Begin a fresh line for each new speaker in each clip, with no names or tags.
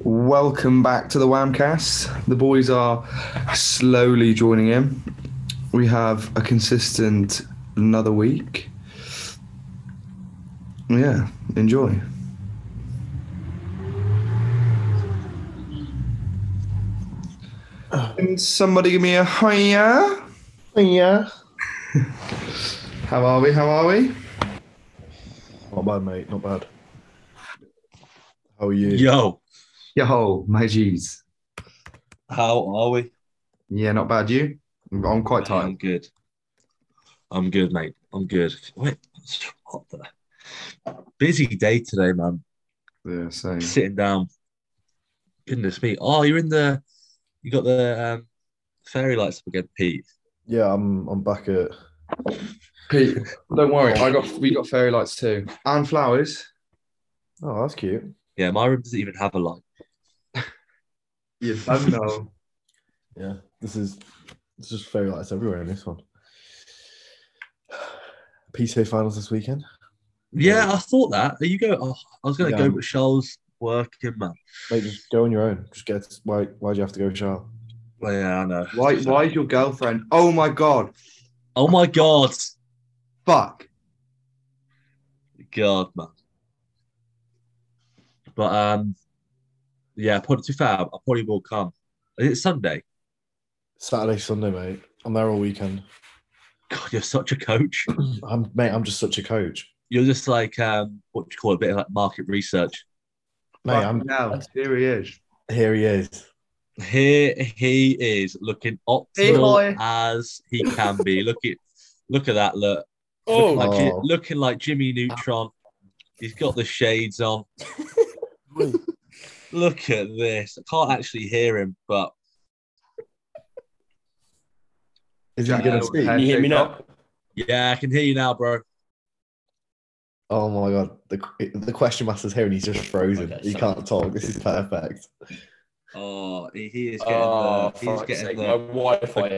welcome back to the Whamcast. The boys are slowly joining in. We have a consistent another week. Yeah, enjoy. Can somebody give me a hiya?
Yeah.
How are we? How are we?
Not bad, mate. Not bad. How are you?
Yo,
Yo, my G's.
how are we?
Yeah, not bad. You? I'm quite
I'm
tired.
good. I'm good, mate. I'm good. Wait, what the? Busy day today, man.
Yeah, same.
Sitting down. Goodness me. Oh, you're in the. You got the um, fairy lights up again, Pete.
Yeah, I'm. I'm back at.
Pete, don't worry. I got we got fairy lights too and flowers.
Oh, that's cute.
Yeah, my room doesn't even have a light.
You don't know.
Yeah, this is. It's just fairy lights everywhere in this one. PCA finals this weekend.
Yeah, I thought that. Are you going? Oh, I was going to
Yeah.
go, but Charles working, man.
Mate, just go on your own. Just get. Why? Why do you have to go, Charles?
Well, yeah, I know.
Why? Why is your girlfriend? Oh my god!
Oh my god,
Fuck.
God, man. But um, yeah, probably to be fair, I probably will come. Is it Sunday?
Saturday, Sunday, mate. I'm there all weekend.
God, you're such a coach.
I'm, mate. I'm just such a coach.
You're just like um, what do you call it? A bit of like market research.
Mate, I'm.
now here he is.
Here he is.
Here he is, looking
Hey,
optimal
boy.
as he can be. Look at, look at that look.
Oh,
Looking like,
Oh.
looking like Jimmy Neutron. He's got the shades on. Look at this. I can't actually hear him, but
Is he
Jack
gonna
Edwards.
speak?
can you hear me now?
yeah, I can hear you now, bro.
Oh my god. The the question master's here and he's just frozen.
Okay,
he
sorry.
can't talk. This is perfect.
Oh, he, he is getting
uh,
Oh,
the. He's
fuck's
getting
sake,
the.
my Wi-Fi.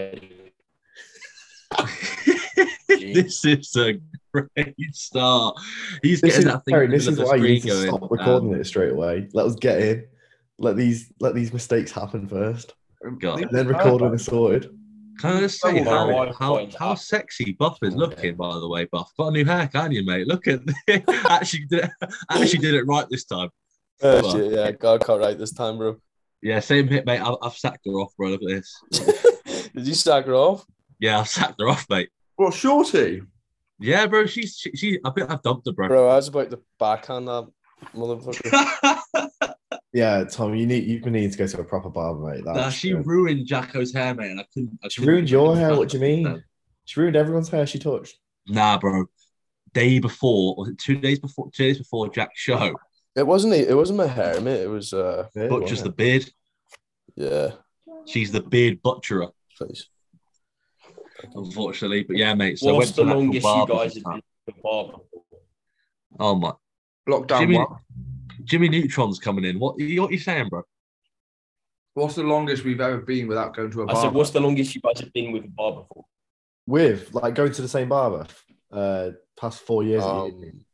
this is a great start. He's
This
getting
is,
that thing.
Harry,
in the
this is
middle of the
why you need to
screen going,
stop recording
um,
it straight away. Let us get in. Let these let these mistakes happen first,
God.
and then record when it's sorted.
Can I just say
Double
how,
down.
how, how sexy Buff is looking, by the way, Buff. Got a new hair, can you, mate? Look at this. actually did it, actually did it right this time.
Oh, shit, yeah, God, I can't write this time, bro.
Yeah, same hit, mate. I've, I've sacked her off, bro. Look at this.
Did you sack her off?
Yeah, I've sacked her off, mate.
Well, Shorty.
Yeah, bro. She's she. she I bet I've dumped her, bro.
Bro, I was about to backhand that motherfucker.
Yeah, Tom, you need you need to go to a proper barber, mate. That's,
nah, she ruined Jacko's hair, mate, and I couldn't. I
Oh, She
couldn't-
ruined your hair. What do you mean? She ruined everyone's hair she touched.
Nah, bro. Day before, was it two days before? Two days before Jack's show,
It wasn't. It wasn't my hair, mate. It was. uh
Yeah,
but just the beard.
Yeah.
She's the beard butcherer,
Please.
unfortunately. But yeah, mate. So I went to
What's the
an actual
longest you
barber this
guys have
time.
been to the barber?
Oh my,
Lockdown
Jimmy-
one.
Jimmy Neutron's coming in. What you what you saying, bro?
What's the longest we've ever been without going to a bar?
I said, what's the longest you guys have been with a barber for?
with like going to the same barber. Uh, past four years. at
Oh.
uni.
Um,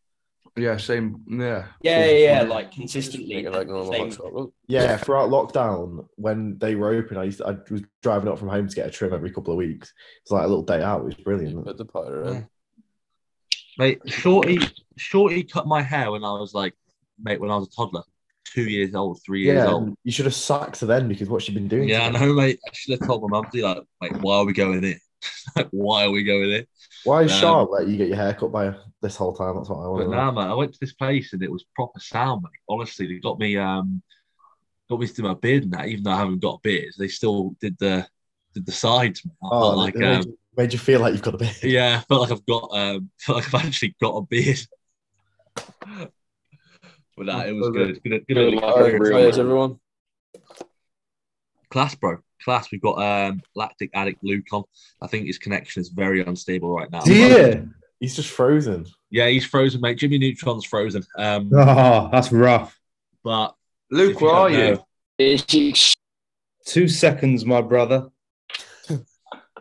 yeah, same. Yeah.
Yeah, yeah, yeah, like
make
consistently.
it like normal
same-
hot chocolate.
Yeah, throughout lockdown, when they were open, I used to, I was driving up from home to get a trim every couple of weeks. It's like a little day out. It was brilliant.
Put the powder in.
Mate, Shorty, Shorty cut my hair when I was like, mate, when I was a toddler, two years old, three years
Yeah,
old.
and you should have sacked her then because what she'd been doing.
Yeah, I
to her.
know, mate. I should have told my mum, be like, mate, why are we going in? like, why are we going in?
Why is
Um,
Charlotte let you get your hair cut by her this whole time? That's what I want.
But
to
nah,
know.
man, I went to this place and it was proper sound, mate. Honestly, they got me um got me to do my beard and that, even though I haven't got a beard, they still did the did the sides, mate. I
Oh,
felt like
it made,
um,
you, made you feel like you've got a bit.
yeah, I felt like I've got um felt like I've actually got a beard. but nah, it was good. Good, good little
Alright,
experience,
cheers,
mate.
everyone.
Class, bro. Class, we've got um lactic addict Luke on. I think his connection is very unstable right now.
He's just frozen.
Yeah, he's frozen, mate. Jimmy Neutron's frozen. Um
Oh, that's rough.
but
Luke,
if you
where are
don't know-
you?
It's-
Two seconds, my brother.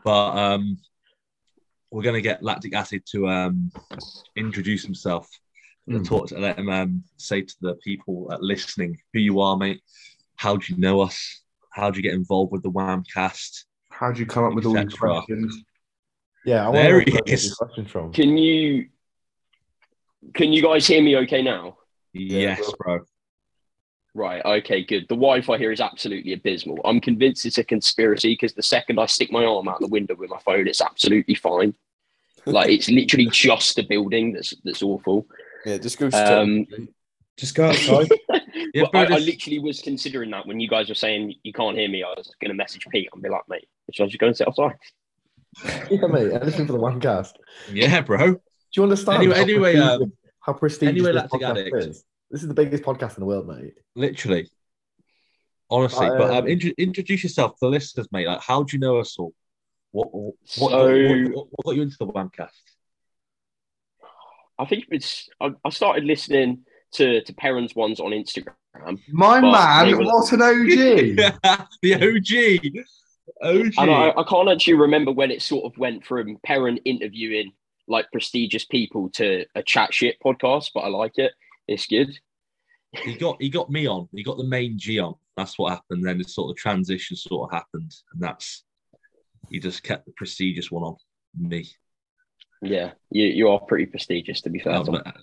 but um, we're going to get lactic acid to um, introduce himself and
Mm.
talk to let him um, say to the people uh, listening who you are, mate, How do you know us? How do you get involved with the Wham cast?
How do you come up with all these
Exactly.
questions?
Yeah, I
There
want to
he
where I get
is.
this question from.
Can you can you guys hear me okay now?
Yeah,
yes, bro.
Right, okay, good. The Wi-Fi here is absolutely abysmal. I'm convinced it's a conspiracy because the second I stick my arm out the window with my phone, it's absolutely fine. Like it's literally just the building that's that's awful.
Yeah, just go straight.
Um,
Just go outside.
Yeah,
Well,
bro,
I, I
this-
literally was considering that when you guys were saying you can't hear me. I was going to message Pete and be like, mate, should I just go and sit outside?
yeah, mate, anything for the one cast.
yeah, bro.
Do you understand?
Anyway-
how
anyway, um,
prestigious- how prestigious
anyway,
this
Lactic
podcast
Addict.
is? This is the biggest podcast in the world, mate.
Literally. Honestly,
But,
but
um,
um, intro- introduce yourself to the listeners, mate. Like, how do you know us all? What what, what,
So-
what, what, what got you into the Whamcast?
I think it's. I, I started listening to to Perrin's ones on Instagram,
My
Well, they
man,
were-
what an OG!
the OG, OG.
and I, I can't actually remember when it sort of went from Perrin interviewing like prestigious people to a chat shit podcast. But I like it. It's good.
he got he got me on. He got the main G on. That's what happened. Then the sort of transition sort of happened, and that's he just kept the prestigious one on me.
Yeah, you you are pretty prestigious to be fair. Tom.
Um, but,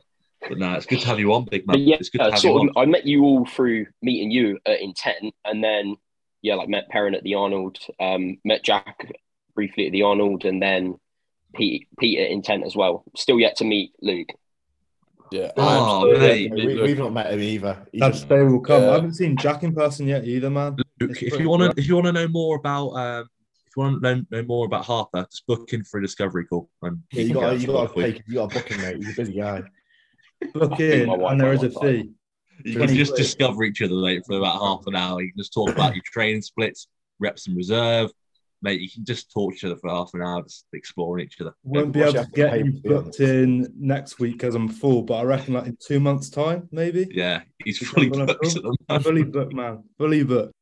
but no, it's good to have you on, big man.
But yeah, uh,
it's good to have you
sort
on.
of, I met you all through meeting you at Intent, and then yeah, like met Perrin at the Arnold, um, met Jack briefly at the Arnold, and then Pete Pete at Intent as well. Still yet to meet Luke.
yeah.
Oh,
I'm-
mate.
yeah,
We, we've not met him either. He's
That's they will come.
Yeah.
I haven't seen Jack in person yet either, man.
Luke, if
pretty
you want
rough.
to, if you want to know more about, um, if you want to know, know more about Harper, just book in for a discovery call. And
yeah,
he
you
can
got
get
you
us
got to
quick.
take you got to book him, mate. He's a busy guy.
Look
think
in,
my wife
and there is a
might like
fee.
You can just
20.
discover each other mate, for about half an hour. You can just talk about your training splits, reps and reserve, mate. You can just talk to each other for half an hour, just exploring each other.
Won't be
Watch
able to
out for
get
pay to
him
be
booked in next week because I'm full, but I reckon like in two months' time, maybe.
Yeah, he's
He's
fully
got
booked at the moment.
Fully booked, man. Fully booked.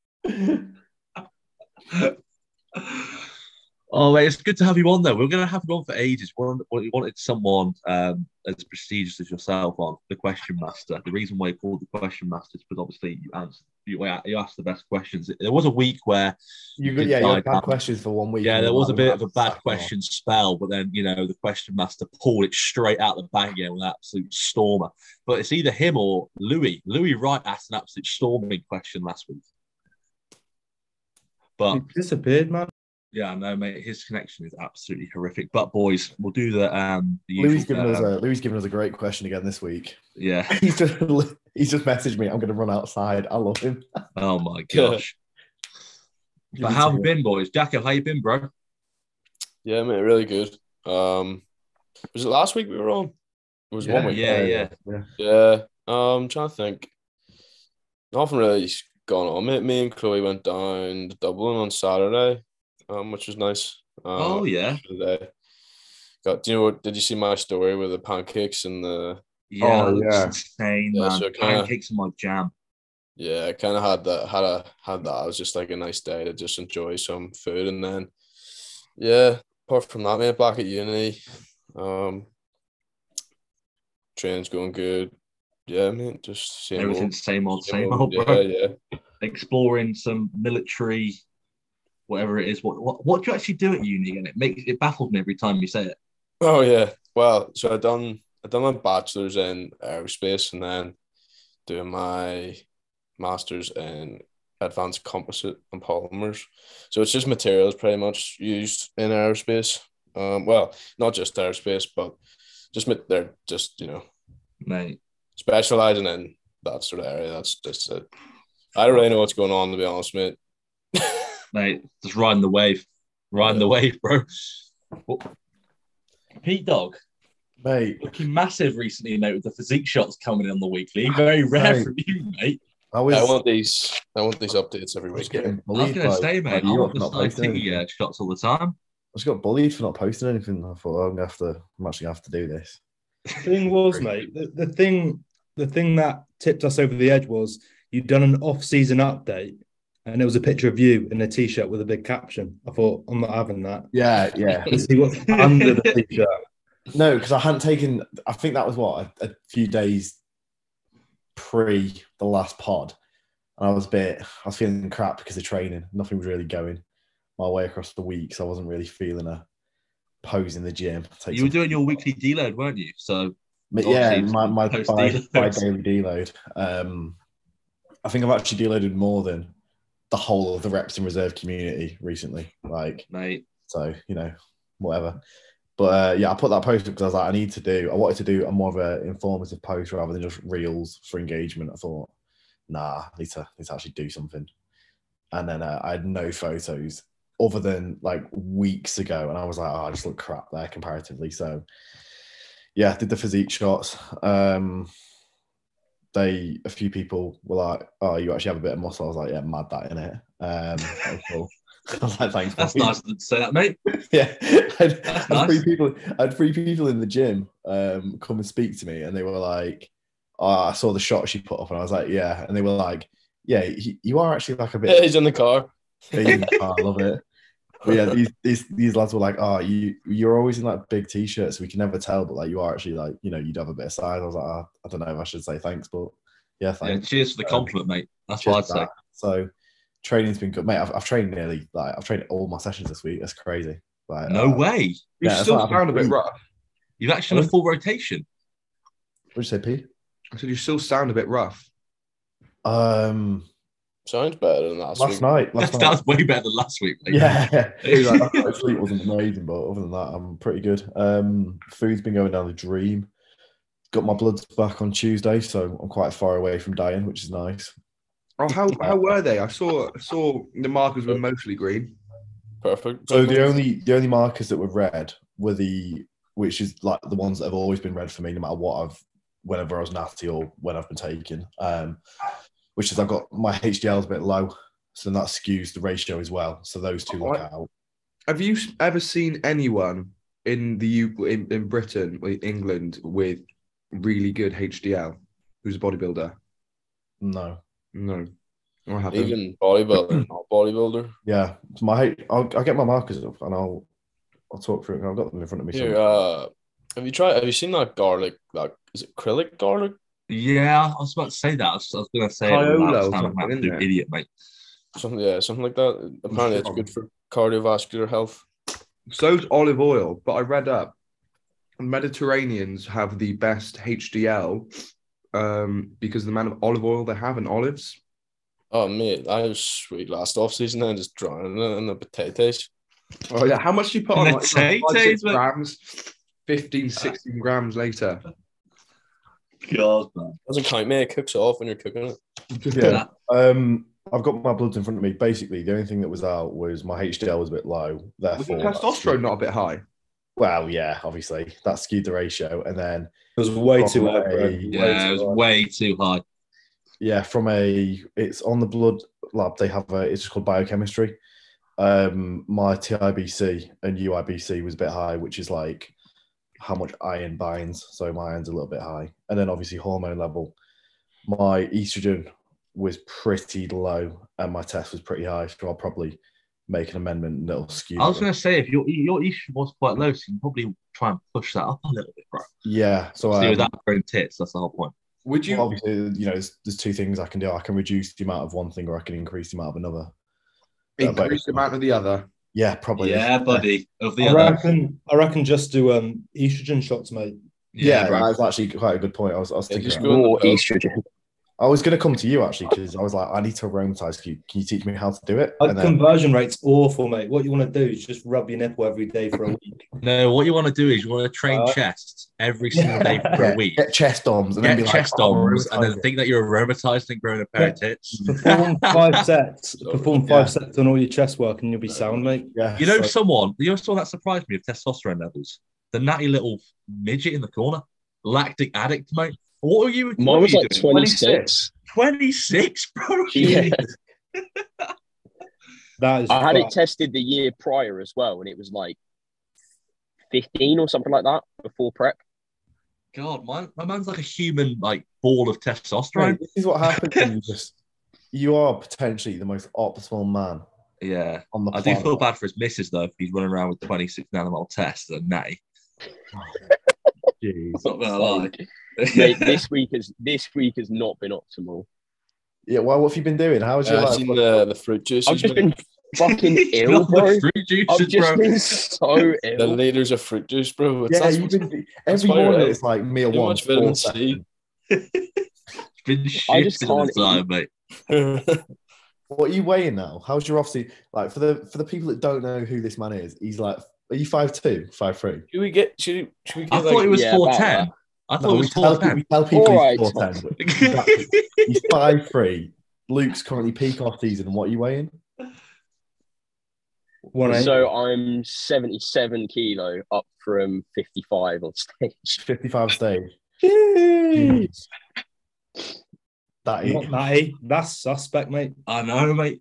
Oh, mate, it's good to have you on, though. We're going to have you on for ages. We wanted- we wanted someone um, as prestigious as yourself on the question master. The reason why you called the question master is because obviously you answered, you, you asked the best questions. There was a week where,
You
Good
got, yeah, you
guy,
had
man.
bad questions for one week.
yeah,
and
there
we're
was a
like,
bit
we've
of a
had
bad
sack
question spell, but then, you know, the question master pulled it straight out the bag yeah, with an absolute stormer. But it's either him or Louis. Louis Wright asked an absolute storming question last week. But
He disappeared, man.
Yeah, no, mate. His connection is absolutely horrific. But boys, we'll do the um. The
off. Louis
usual,
given us
uh,
a Louis given us a great question again this week.
Yeah.
He's just he's just messaged me. I'm going to run outside. I love him.
Oh my gosh.
Give
but
me
how
two
have you been, boys? Jacko, how you been, bro?
Yeah, mate, really good. Um, was it last week we were on? It was one
Yeah,
week.
Yeah, yeah.
Yeah. Um, trying to think. Nothing really's gone on. Me, me and Chloe went down to Dublin on Saturday, um, which was nice. Uh,
oh yeah.
Today. Got. Do you know what? Did you see my story with the pancakes and the?
Yeah.
Oh,
that's
yeah.
Insane
Yeah,
man.
so kinda-
Pancakes are my jam.
Yeah, I kind of had that. Had a had that. It was just like a nice day to just enjoy some food, and then, yeah. Apart from that, mate, back at uni, um, training's going good. Yeah, mate, just same old,
Everything's same old,
same
same
old.
old,
Yeah,
bro.
yeah.
Exploring some military, whatever it is. What what what do you actually do at uni? And it makes it baffles me every time you say it.
Oh yeah. Well, so I done I done my bachelor's in aerospace and then doing my master's in advanced composite and polymers. So it's just materials pretty much used in aerospace. Um, well, not just aerospace, but just ma- they're just you know
Mate.
specializing in that sort of area. That's just it. I don't really know what's going on to be honest, mate.
mate. Just riding the wave. Riding the wave, bro. Well, Pete Dog.
Mate,
looking massive recently, mate, with the physique shots coming in on the weekly. Very rare
Right.
from you, mate.
I
I
was,
want these. I want these updates every
I was
week.
getting
mate.
I was
bullied.
going to
by-
say,
by
mate,
you
I want
for not
the
posting
Santini
anything.
uh, shots all the time.
I just got bullied for not posting anything. I thought I'm gonna have to. I'm actually gonna have to do this.
thing was, mate, the, the thing the thing that tipped us over the edge was you'd done an off-season update and it was a picture of you in a t-shirt with a big caption. I thought, I'm not having that.
Yeah, yeah.
Let's see what's under the t-shirt.
No, because I hadn't taken. I think that was what a, a few days pre the last pod. and I was a bit, I was feeling crap because of training. Nothing was really going my way across the week, so I wasn't really feeling a pose in the gym. Take
You were
some-
doing your weekly deload, weren't you? So
but yeah,
obviously
my my,
post
my,
deloads.
my daily deload. Um, I think I've actually deloaded more than the whole of the reps and reserve community recently. Like
mate,
so you know, whatever. But uh, yeah, I put that post up because I was like, I need to do. I wanted to do a more of an informative post rather than just reels for engagement. I thought, nah, I need to, need to actually do something. And then uh, I had no photos other than like weeks ago, and I was like, oh, I just look crap there comparatively. So yeah, did the physique shots. Um, they a few people were like, oh, you actually have a bit of muscle. I was like, yeah, mad that in it. Um, that was cool. I was like, thanks.
that's
mate."
nice to say that, mate.
yeah, I had, I
That's
had
nice.
three people. I had three people in the gym um, come and speak to me, and they were like, oh, "I saw the shot she put up," and I was like, "Yeah," and they were like, "Yeah, y- you are actually like a
Yeah,
bit."
he's in the car.
big. Oh, I love it. But yeah, these, these these lads were like, "Oh, you you're always in like big t-shirts. We can never tell, but like you are actually like you know you'd have a bit of size." I was like, oh, "I don't know if I should say thanks, but yeah,
Yeah,
thanks."
cheers for the compliment, mate. That's what I'd
Just
say.
that. So training's been good, mate. I've, I've trained nearly like I've trained all my sessions this week. That's crazy. Like,
No
uh,
way.
You
Yeah, that's
still
what
sound a
happened.
bit rough.
You've actually done a full rotation.
What'd you say, Pete?
I said you still sound a bit rough.
Um,
Sounds better than last,
last
week.
night. Last
That's,
night.
that's way better than last week, mate.
yeah, Like, my sleep wasn't amazing, but other than that, I'm pretty good. Um, food's been going down the dream. Got my bloods back on Tuesday, so I'm quite far away from dying, which is nice.
Oh, how how were they? I saw saw the markers were mostly green.
Perfect.
So the only the only markers that were red were the which is like the ones that have always been red for me, no matter what I've whenever I was natty or when I've been taking. Um, which is I've got my HDL's a bit low, so that skews the ratio as well. So those two look out.
Have you s- ever seen anyone in the U in, in Britain, with England, with really good HDL who's a bodybuilder?
No.
No, I haven't.
Even bodybuilder, not bodybuilder.
Yeah, it's my I'll, I'll get my markers up and I'll I'll talk through it. I've got them in front of me.
Here,
somewhere.
uh, have you tried? Have you seen that garlic? Like, is it acrylic garlic?
Yeah, I was about to say that. I was, I was going to say it
Kyola or
last
something,
time. I'm an
isn't
absolute
it?
idiot, mate.
Something, yeah, something like that. Apparently, it's good for cardiovascular health.
So's olive oil, but I read up Mediterraneans have the best HDL um, because of the amount of olive oil they have in olives.
Oh mate, I was sweet last off season. I just drowning it in the potatoes.
Oh yeah, how much do you put on? Like,
Let's
five,
say
six
it was-
grams, 15, 16 grams later.
God, man.
Doesn't count, mate. It cooks off when you're cooking it.
yeah. Um, I've got my bloods in front of me. Basically, the only thing that was out was my HDL was a bit low.
Was your
Therefore, that
testosterone
skewed-
not a bit high?
Well, yeah, obviously that skewed the ratio, and then
It was way too
Probably.
high, bro.
Yeah, it was
high.
way too high.
yeah, from a it's on the blood lab. They have a it's called biochemistry. Um, my TIBC and UIBC was a bit high, which is like how much iron binds. So my iron's a little bit high, and then obviously hormone level. My estrogen was pretty low, and my test was pretty high. So I'll probably make an amendment that'll skew.
I was
it.
going to say if your your issue was quite low, so you can probably try and push that up a little bit, bro.
yeah, so
See,
um,
without throwing tits, that's the whole point.
Would you?
Well, obviously, you know, there's, there's two things I can do. I can reduce the amount of one thing, or I can increase the amount of another.
increase the amount of the other.
Yeah, probably.
yeah, buddy. Of the
I
other,
reckon, I reckon just do um, estrogen shots, mate.
Yeah,
bro.
that's actually quite a good point. I was, I was
Yeah,
thinking.
just
about
go-
More estrogen.
that. I was going to come to you actually because I was like, I need to aromatize. Can you, can you teach me how to do it?
Like
And then,
Uh, conversion rate's awful, mate. What you want to do is just rub your nipple every day for a week.
No, what you want to do is you want to train
Uh,
chest every single day for
yeah,
a week.
get chest arms and
Get
then be
chest
like, oh,
arms and
aromatise
then
it.
think that you're aromatized and growing a pair of tits.
Perform five sets. Perform five
Yeah.
sets on all your chest work, and you'll be sound, mate.
Yeah,
You know,
so-
someone, you know, someone that surprised me of testosterone levels. The natty little midget in the corner, lactic addict, mate. What were you? what
Mine was
were
like
you doing?
26.
26, bro.
Yeah.
That is.
I had it
crap.
tested the year prior as well, and it was like 15 or something like that before prep.
God, my, my man's like a human like ball of testosterone.
Mate, this is what happens when you just you are potentially the most optimal man
Yeah.
on the
I do
planet.
feel bad for his missus though, if he's running around with 26 nanomole tests and natty.
Jeez.
It's not gonna lie.
Mate, this week has this week has not been optimal.
Yeah, well, what have you been doing? How was your
Yeah, I've
life?
seen the, the fruit juices.
I've just
man.
been fucking ill,
Not the
bro.
fruit juices,
I've just
bro.
been so
the
ill.
leaders of fruit juice, bro. It's,
yeah,
that's
you've
what's-
been
that's
every
why
morning.
you're ill.
It's like meal
Too
one.
much vitamin
four
C.
seconds.
It's been
I just
shit in
can't
the time, mate.
What are you weighing now? How's your offseason? Like for the for the people that don't know who this man is, he's like, are you five two, five three?
should we get? Should, we- should we
I
get?
thought
Like,
it was
yeah, about
410. I thought it
we
was
tell, pe- we
410.
tell people
Alright.
he's four ten. He's five three. Luke's currently peak off season. What are you weighing?
One eight.
So I'm 77 kilo up from 55 on stage.
Fifty five stage.
Jeez.
That is,
Not natty. That's suspect, mate.
I know, mate.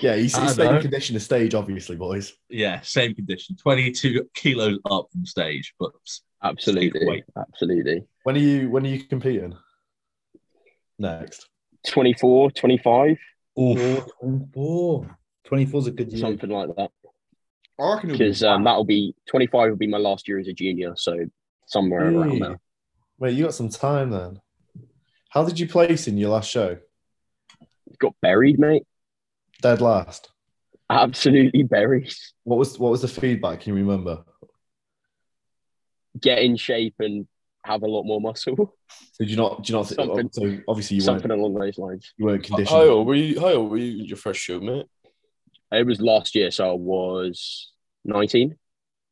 yeah, he's,
I
he's
don't
same
know.
condition as stage, obviously, boys.
Yeah, same condition. 22 kilos up from stage, but
Absolutely.
Wait.
Absolutely.
When are you when are you competing? Next.
24, 25,
Oof. Four. 24 is a good year.
something like that.
I reckon it'll be
Because um, that'll be 25 will be my last year as a junior. So somewhere around
Hey.
there.
Wait, you got some time then. How did you place in your last show?
Got buried, mate.
Dead last.
Absolutely buried.
What was what was the feedback? Can you remember?
Get in shape and have a lot more muscle.
Did you not? Do you not?
Something-
so obviously you
something
weren't.
along those lines.
You weren't conditioned.
how old were you? How old were you in your first show, mate?
It was last year, so I was 19.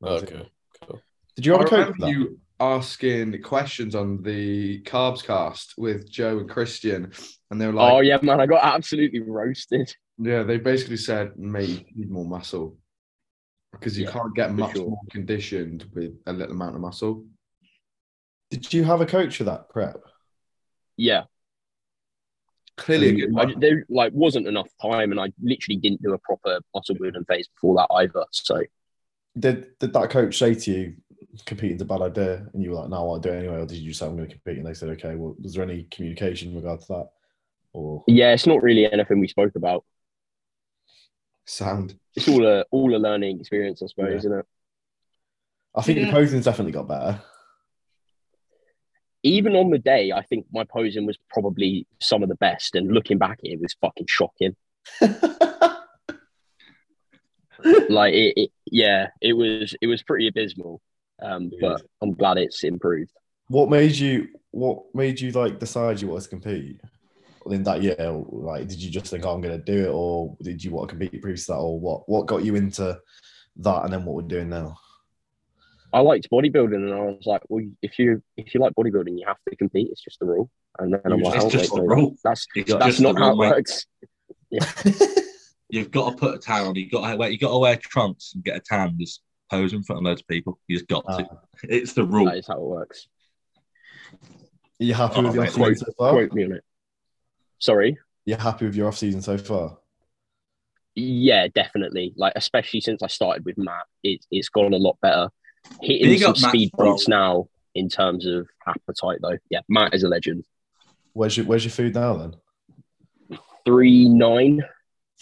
Okay, cool.
Did you have a
I
coach? for
remember
that?
you asking questions on the carbs cast with Joe and Christian, and they were like,
oh, yeah, man. I got absolutely roasted.
yeah. they basically said, mate, you need more muscle because you
Yeah,
can't get much
sure.
more conditioned with a little amount of muscle.
Did you have a coach for that prep?
Yeah.
Clearly, a
Mm.
good
I,
one.
ju- there like wasn't enough time, and I literally didn't do a proper muscle building phase before that either. So
Did did that coach say to you, competing's a bad idea, and you were like, no, I will do it anyway, or did you just say I'm going to compete? And they said, okay. Well, was there any communication in regard to that? Or
yeah, it's not really anything we spoke about.
sound.
It's all a all a learning experience, I suppose,
Yeah.
isn't it?
I think
Yeah.
your posing's definitely got better.
Even on the day, I think my posing was probably some of the best. And looking back, it was fucking shocking. Like it, it yeah, it was it was pretty abysmal. Um, but I'm glad it's improved.
what made you? What made you like decide you wanted to compete? In that year, like, did you just think, oh, I'm going to do it, or did you want to compete previous to that, or what? What got you into that, and then what we're doing now?
I liked bodybuilding, and I was like, well, if you if you like bodybuilding, you have to compete. It's just the rule. And then I'm
It's
like,
it's
oh,
just
wait,
a
no,
rule.
that's
It's
that's
just
not
a
how it
rule, mate.
works.
You've got to put a tan on. You've got to wear, you've got to wear trunks and get a tan and just pose in front of loads of people. You just
Uh,
got
Ah.
to. It's the rule.
That is how it works.
Are you happy
Oh,
with your
mate,
off season so far?
Quote me on it. Sorry.
You're happy with your off season so far?
Yeah, definitely. Like, especially since I started with Matt, it, it's gone a lot better. Hitting
Big
some
up Matt
speed
Farrell.
bumps now in terms of appetite, though. Yeah, Matt is a legend.
Where's your Where's your food now then?
Three nine.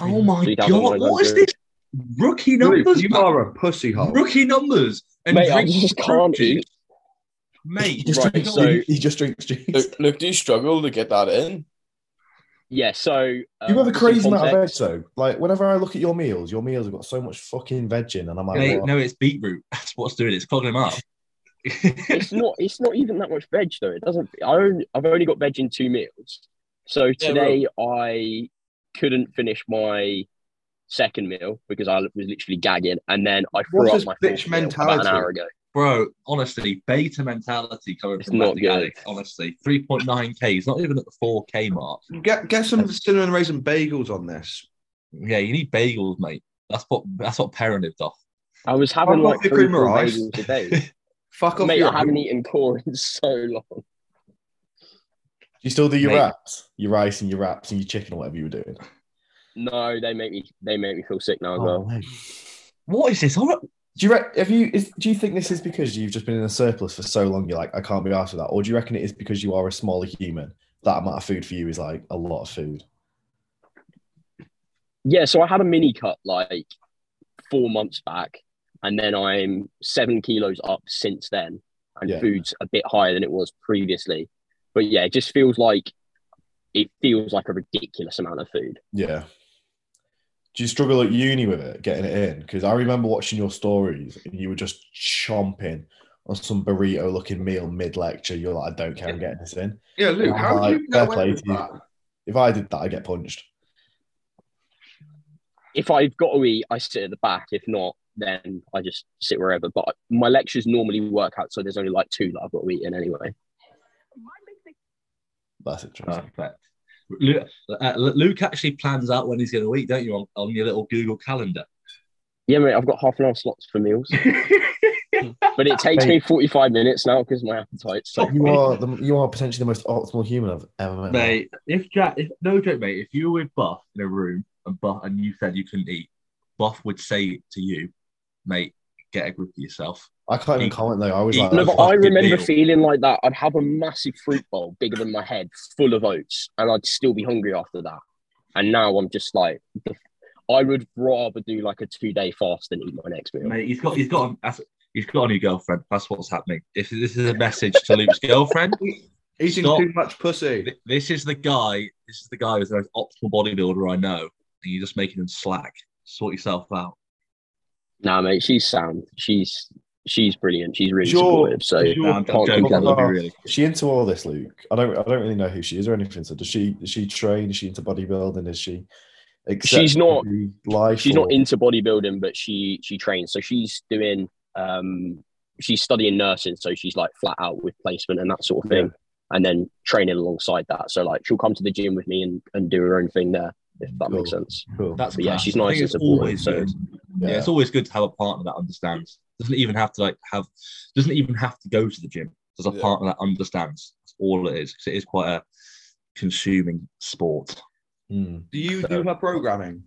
Oh my
3,900.
god! What is this? Rookie
Luke,
numbers.
you
man.
are a pussy hole.
Rookie numbers. And
Mate, I
drinking
just
fruit
can't
juice.
eat.
Mate,
Just
Right,
drinks-
so-
he, he just drinks juice.
Look, look, do you struggle to get that in?
Yeah. So
you have a
um,
crazy
some
amount of veg
context-
though. Like whenever I look at your meals, your meals have got so much fucking veg in, and I'm like,
Mate,
what?
no, it's beetroot. That's what's doing it. It's clogging him up.
It's not. It's not even that much veg though. It doesn't. I only, I've only got veg in two meals. So today I couldn't finish my second meal because I was literally gagging, and then I threw
What's
up
this bitch
my fourth meal about an
mentality?
hour ago.
Bro, honestly, beta mentality coming
It's
from
not
Matt
good.
Gallic, honestly. 3.9K. He's not even at the 4K mark.
Get get some cinnamon raisin bagels on this.
Yeah, you need bagels, mate. That's what that's what Perrin lived off.
I was having
Fuck off
like
your
three
cream
four
rice.
bagels a day.
Fuck off,
Mate,
your
I haven't eaten corn in so long.
Do you still do your
Mate.
wraps, your rice, and your wraps, and your chicken, or whatever you were doing?
No, they make me. They make me feel sick
Oh,
now as
Oh.
well.
mate.
What is this? All
Do you re- have you? Is, do you think this is because you've just been in a surplus for so long? You're like, I can't be arsed with that, or do you reckon it is because you are a smaller human? That amount of food for you is like a lot of food.
Yeah, so I had a mini cut like four months back, and then I'm seven kilos up since then, and
Yeah.
food's a bit higher than it was previously. But yeah, it just feels like it feels like a ridiculous amount of food.
Yeah. Do you struggle at uni with it, getting it in? Because I remember watching your stories and you were just chomping on some burrito looking meal mid lecture. You're like, I don't care, I'm getting this in.
Yeah, Luke,
I'm
how
like,
do you get
fair
away
play
with
to you.
that?
If I did that, I'd get punched.
If I've got to eat, I sit at the back. If not, then I just sit wherever. But my lectures normally work out, so there's only like two that I've got to eat in anyway.
That's interesting.
Perfect. Luke, uh, Luke actually plans out when he's going to eat, don't you, on, on your little Google calendar?
Yeah, mate, I've got half an hour slots for meals, but it takes me 45 minutes now because my appetite's so.
you are the, you are potentially the most optimal human I've ever met. in my life.
mate, if Jack, if no joke, mate, if you were with Buff in a room and Buff and you said you couldn't eat, Buff would say to you, mate, get a grip of yourself.
I can't even comment though. I was
Eat-
like,
No, but I
fucking
remember
deal.
feeling like that. I'd have a massive fruit bowl bigger than my head, full of oats, and I'd still be hungry after that. And now I'm just like, the- I would rather do like a two day fast than eat my next meal.
Mate, he's got, he's got, that's, he's got a new girlfriend. That's what's happening. If this is a message to Luke's girlfriend,
Eating
Stop.
too much pussy.
th- this is the guy. This is the guy who's the most optimal bodybuilder I know, and you're just making him slack. Sort yourself out.
Nah, mate, she's sound. She's she's brilliant. She's really
Sure.
supportive. So
Sure.
No, I'm, I'm
Can't
joking.
complain.
I love you, really.
Is she into all this, Luke? I don't I don't really know who she is or anything. So does she does she train? Is she into bodybuilding? Is she accept
She's not-
the life
she's not
or-
into bodybuilding, but she she trains. So she's doing um she's studying nursing, so she's like flat out with placement and that sort of thing. And then training alongside that. So like she'll come to the gym with me and, and do her own thing there, if that makes
Cool.
sense.
Cool.
That's
But yeah,
class.
she's
I
nice
think
and
it's
supportive,
always
so-
good. Yeah.
Yeah.
it's always good to have a partner that understands. Doesn't even have to like have. Doesn't even have to go to the gym. There's a
Yeah.
partner that understands. That's all it is. 'cause it is quite a consuming sport.
Hmm.
Do you do her programming?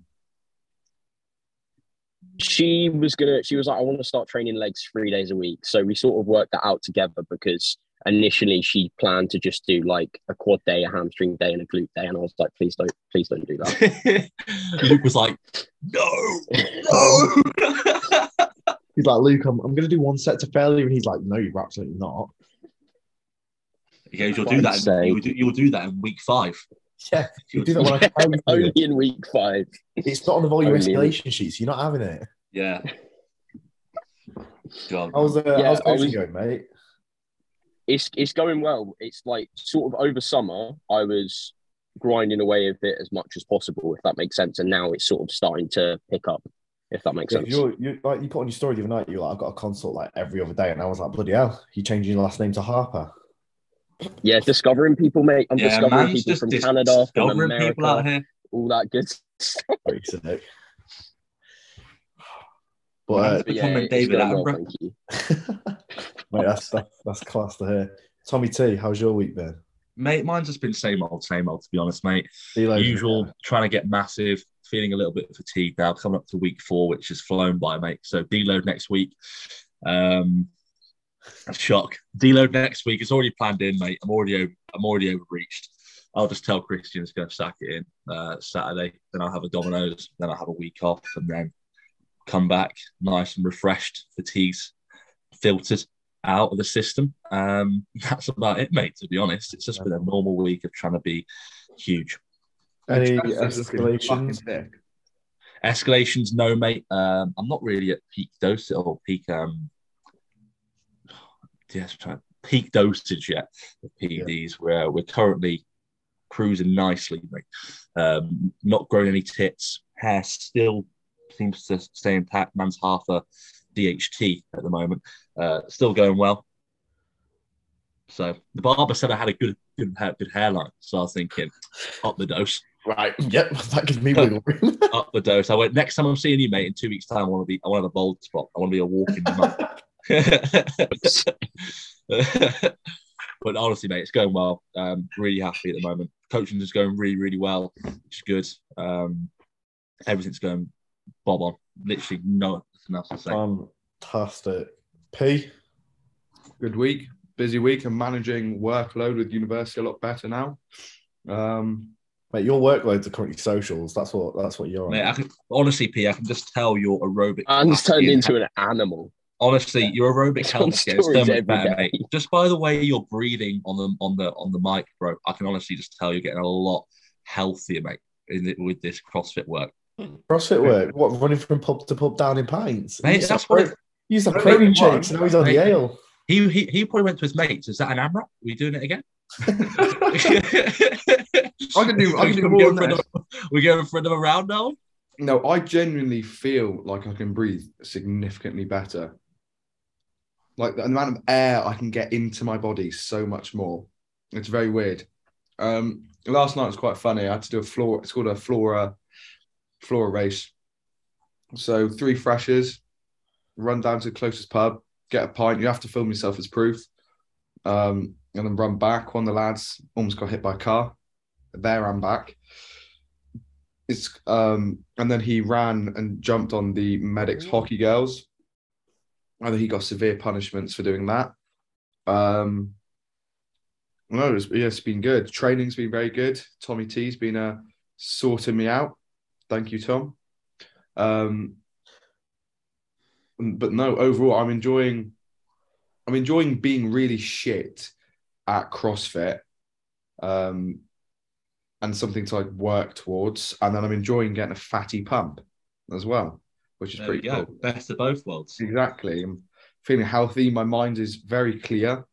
she was gonna she was like i want to start training legs three days a week so we sort of worked that out together because initially she planned to just do like a quad day a hamstring day and a glute day and i was like please don't please don't do that
Luke was like, "No, no."
He's like, Luke, I'm, I'm going to do one set to failure. And he's like, no, you're absolutely not.
he goes, "You'll do that. in-
Insane.
You'll do, you'll do that in week five.
Yeah. You
You'll
do that when I tell you to do
only
it.
in week five
It's not on the volume
Only-
escalation sheet, so you're not having it.
Yeah. God.
How's, uh,
Yeah,
how's
I
coaching
was-
going, mate?
it's it's going well it's like sort of over summer i was grinding away of it as much as possible if that makes sense and now it's sort of starting to pick up if that makes
Yeah,
sense
you're, you're, like, you put on your story the other night, you were like, I've got a consult like every other day. And I was like, bloody hell, you changing your last name to Harper.
yeah discovering people mate i'm
yeah,
discovering
man's
people
just
from
dis-
canada from
discovering people out
america
here.
all that good stuff
Very sick.
Man's
But
But
becoming
it's
David
going well,
Attenborough.
thank you.
uh, mate, that's, that's that's class to hear. Tommy T, how's your week been?
Mate, mine's just been same old, same old, to be honest, mate.
Delo's-
Usual, trying to get massive, feeling a little bit fatigued now, coming up to week four, which has flown by, mate. So deload next week. Um, a shock. Deload next week. It's already planned in, mate. I'm already over, I'm already overreached. I'll just tell Christian it's going to sack it in uh, Saturday. Then I'll have a Domino's. Then I'll have a week off, and then come back nice and refreshed, fatigued, filtered out of the system. Um, that's about it, mate. To be honest, it's just been a normal week of trying to be huge.
Any
That's just looking
escalations?
fucking sick.
Escalations, no, mate. Um, I'm not really at peak dose or peak um, yes, trying peak dosage yet. of PEDs, where we're currently cruising nicely, mate. Um, not growing any tits, hair still seems to stay intact. Man's half a DHT at the moment. Uh, still going well. So the barber said I had a good, good, hair, good hairline. So I was thinking, up the dose.
Right.
Yep, that gives me wiggle room.
up the dose. I went next time I'm seeing you, mate. In two weeks' time, I want to be. I want to have a bold spot. I want to be a walking monk. but honestly, mate, it's going well. Um, really happy at the moment. Coaching is going really, really well, which is good. Um, everything's going bob on. Literally, no nothing else to say.
Fantastic. P,
Good week, busy week. I'm managing workload with university a lot better now. Um,
mate, your workloads are currently socials. That's what that's what you're on.
Mate, I can, honestly, P, I can just tell your aerobic.
Man's
capacity
turned
and
into an animal.
Honestly, your aerobic
It's on
health gets so
stories
much
every
better,
day.
mate. Just by the way you're breathing on the on the on the mic, bro, I can honestly just tell you're getting a lot healthier, mate, in the, with this CrossFit work.
CrossFit work. What running from pub to pub down in pints?
Mate,
He's
that's
pro-
what it-
he used to have
Don't make
protein
me run.
shakes, and now he's on
Mate.
Yale.
He he he probably went to his mates. Is that an AMRAP? Are we doing it again?
I can do- I can do
We're
more
going
than
for
this.
another- We're going for another round now.
No, I genuinely feel like I can breathe significantly better. Like the amount of air I can get into my body so much more. It's very weird. Um, last night was quite funny. I had to do a floor. It's called a flora, flora race. So three freshers, run down to the closest pub, get a pint. You have to film yourself as proof, um, and then run back. One of the lads almost got hit by a car. There and back it's um and then he ran and jumped on the medics hockey girls and then he got severe punishments for doing that um no it's, yeah, it's been good training's been very good tommy t's been uh sorting me out thank you tom um but no overall i'm enjoying i'm enjoying being really shit at crossfit um and something to like work towards. And then I'm enjoying getting a fatty pump as well, which is
There we
pretty
go.
cool.
Best of both worlds.
Exactly. I'm feeling healthy. My mind is very clear,